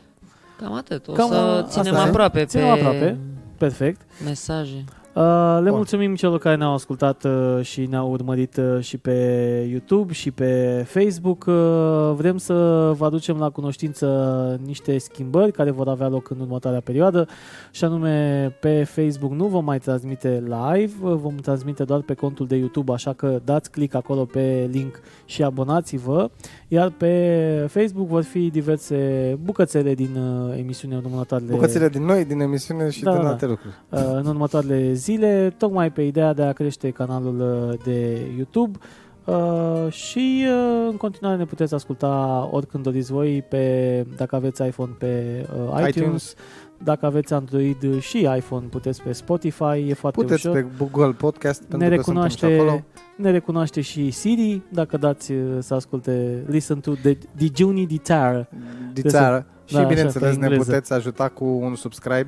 Speaker 3: Cam atât. O
Speaker 1: Cam,
Speaker 3: să
Speaker 1: asta
Speaker 3: ținem
Speaker 1: e.
Speaker 3: aproape
Speaker 1: Ținem
Speaker 3: pe
Speaker 1: aproape. perfect.
Speaker 3: mesaje.
Speaker 1: Uh, le Bun. mulțumim celor care ne-au ascultat uh, și ne-au urmărit uh, și pe YouTube și pe Facebook. Uh, vrem să vă aducem la cunoștință niște schimbări care vor avea loc în următoarea perioadă și anume pe Facebook nu vom mai transmite live, uh, vom transmite doar pe contul de YouTube, așa că dați click acolo pe link și abonați-vă. Iar pe Facebook vor fi diverse bucățele din uh, emisiunea în următoarele
Speaker 2: Bucățile din noi, din emisiune și
Speaker 1: Da,
Speaker 2: din
Speaker 1: da.
Speaker 2: alte lucruri.
Speaker 1: uh, în următoarele zile, tocmai pe ideea de a crește canalul uh, de YouTube. Uh, și uh, în continuare ne puteți asculta oricând doriți voi pe, dacă aveți iPhone pe uh, iTunes, iTunes,
Speaker 2: iTunes.
Speaker 1: dacă aveți Android și iPhone puteți pe Spotify, e foarte
Speaker 2: Puteți
Speaker 1: ușor.
Speaker 2: pe Google Podcast pentru
Speaker 1: ne
Speaker 2: că suntem și acolo.
Speaker 1: recunoaște, ne recunoaște și Siri dacă dați uh, să asculte Listen to the Dijuni di Tar.
Speaker 2: de țară. Și
Speaker 1: da, așa,
Speaker 2: bineînțeles
Speaker 1: pe
Speaker 2: ne
Speaker 1: engleză.
Speaker 2: puteți ajuta cu un subscribe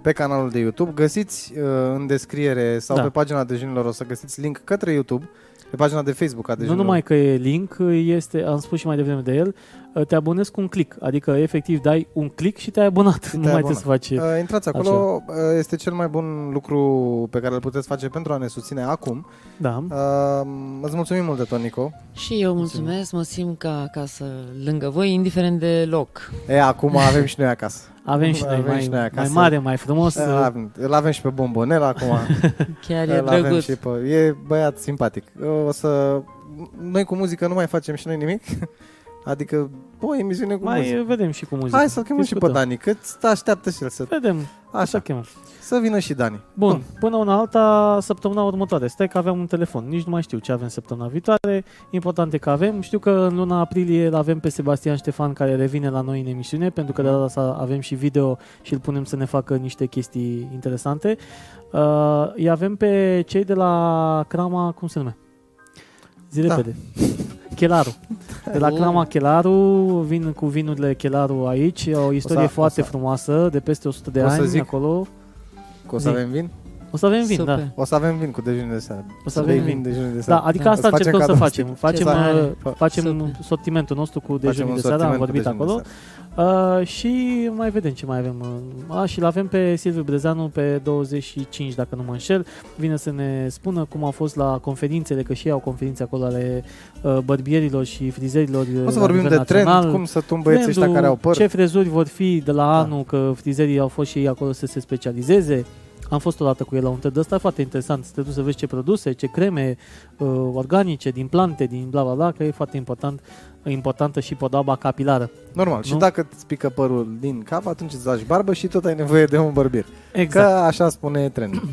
Speaker 2: pe canalul de YouTube. Găsiți uh, în descriere sau
Speaker 1: Da.
Speaker 2: pe pagina Dejunilor o să găsiți link către YouTube, pe pagina de Facebook a
Speaker 1: Nu
Speaker 2: Dejunilor.
Speaker 1: numai că e link, este, am spus și mai devreme de el, uh, te abonezi cu un click, adică efectiv dai un click și te-ai abonat, nu mai
Speaker 2: abonat.
Speaker 1: trebuie să faci uh,
Speaker 2: Uh, intrați acolo, uh, este cel mai bun lucru pe care îl puteți face pentru a ne susține acum.
Speaker 1: da.
Speaker 2: Uh, îți mulțumim mult de tot, Nico.
Speaker 3: Și eu mulțumesc, mă simt ca acasă lângă voi, indiferent de loc.
Speaker 2: E, acum avem și noi acasă.
Speaker 1: Avem și noi,
Speaker 2: avem
Speaker 1: mai,
Speaker 2: și noi
Speaker 1: mai
Speaker 2: acasă.
Speaker 1: mare, mai frumos.
Speaker 2: Uh,
Speaker 1: uh,
Speaker 2: avem- Îl avem și pe bombonel acum.
Speaker 3: Chiar e
Speaker 2: Îl avem
Speaker 3: drăguț.
Speaker 2: și pe, e băiat simpatic. O să... Noi cu muzică nu mai facem și noi nimic. Adică, o emisiune cu
Speaker 1: Mai
Speaker 2: muzică.
Speaker 1: uh, vedem și cu muzică.
Speaker 2: Hai să-l chemăm și pe
Speaker 1: Discutăm. Da.
Speaker 2: Dani, că ți- așteaptă și el să...
Speaker 1: Vedem, așa
Speaker 2: Așa,
Speaker 1: chemăm.
Speaker 2: să vină și Dani.
Speaker 1: Bun, până una alta, săptămâna următoare. Stai că aveam un telefon, nici nu mai știu ce avem săptămâna viitoare. Important e că avem. Știu că în luna aprilie îl avem pe Sebastian Ștefan care revine la noi în emisiune, pentru că de data asta avem și video și îl punem să ne facă niște chestii interesante. Uh, îi avem pe cei de la Crama, cum se nume? Zi
Speaker 2: Da.
Speaker 1: repede. Chelaru. De la
Speaker 3: Oh.
Speaker 1: Crama Chelaru vin cu vinurile Chelaru aici. E O istorie
Speaker 2: O să-
Speaker 1: foarte
Speaker 2: o să-
Speaker 1: frumoasă, de peste 100 de
Speaker 2: O să
Speaker 1: ani
Speaker 2: zic-
Speaker 1: acolo.
Speaker 2: Că o să
Speaker 1: Zi.
Speaker 2: avem vin?
Speaker 1: O să avem vin,
Speaker 3: Super.
Speaker 1: da.
Speaker 2: O să avem vin cu dejunul de seară.
Speaker 1: O să avem
Speaker 2: bei
Speaker 1: vin.
Speaker 2: dejunul de seară.
Speaker 1: Da, adică
Speaker 3: Da.
Speaker 1: asta
Speaker 2: Îți facem
Speaker 1: încercăm să
Speaker 2: cadou,
Speaker 1: facem. Facem,
Speaker 3: Ce tare.
Speaker 1: uh, facem
Speaker 3: Super.
Speaker 1: sortimentul nostru cu dejunul
Speaker 2: un
Speaker 1: de seară, am vorbit
Speaker 2: sortiment cu dejunul
Speaker 1: acolo.
Speaker 2: de seară.
Speaker 1: Uh, și mai vedem ce mai avem. Uh, A, și l avem pe Silviu Brezanu pe 25, dacă nu mă înșel. Vine să ne spună cum a fost la conferințele, că și ei au conferințe acolo ale uh, bărbierilor și frizerilor uh,
Speaker 2: O să
Speaker 1: la
Speaker 2: vorbim
Speaker 1: nivel
Speaker 2: de trend,
Speaker 1: național.
Speaker 2: cum să tun băieții ăștia
Speaker 1: Trendul,
Speaker 2: care au Da. păr.
Speaker 1: Ce frezuri vor fi de la anul, că frizerii au fost și ei acolo să se specializeze. Am fost odată cu el la un târg de ăsta foarte interesant, să te duci să vezi ce produse, ce creme uh, organice, din plante, din bla bla bla, că e foarte important, importantă și podaba capilară.
Speaker 2: Normal, și
Speaker 1: Nu?
Speaker 2: dacă îți pică părul din cap, atunci îți lași barbă și tot ai nevoie de un bărbier. Că
Speaker 1: Exact.
Speaker 2: așa spune trendul.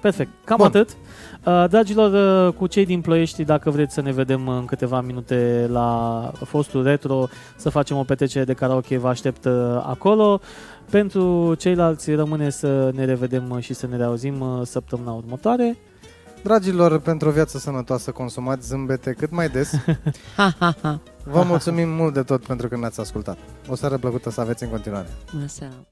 Speaker 1: Perfect, cam
Speaker 2: Bun.
Speaker 1: atât. Uh, Dragilor, uh, cu cei din Ploiești, dacă vreți să ne vedem în câteva minute la fostul retro, să facem o petrecere de karaoke, vă aștept uh, acolo. Pentru ceilalți rămâne să ne revedem uh, și să ne reauzim uh, săptămâna următoare.
Speaker 2: Dragilor, pentru o viață sănătoasă, consumați zâmbete cât mai des.
Speaker 3: Ha, ha, ha.
Speaker 2: Vă mulțumim mult de tot pentru că ne-ați ascultat. O seară plăcută să aveți în continuare.
Speaker 3: Bună seara.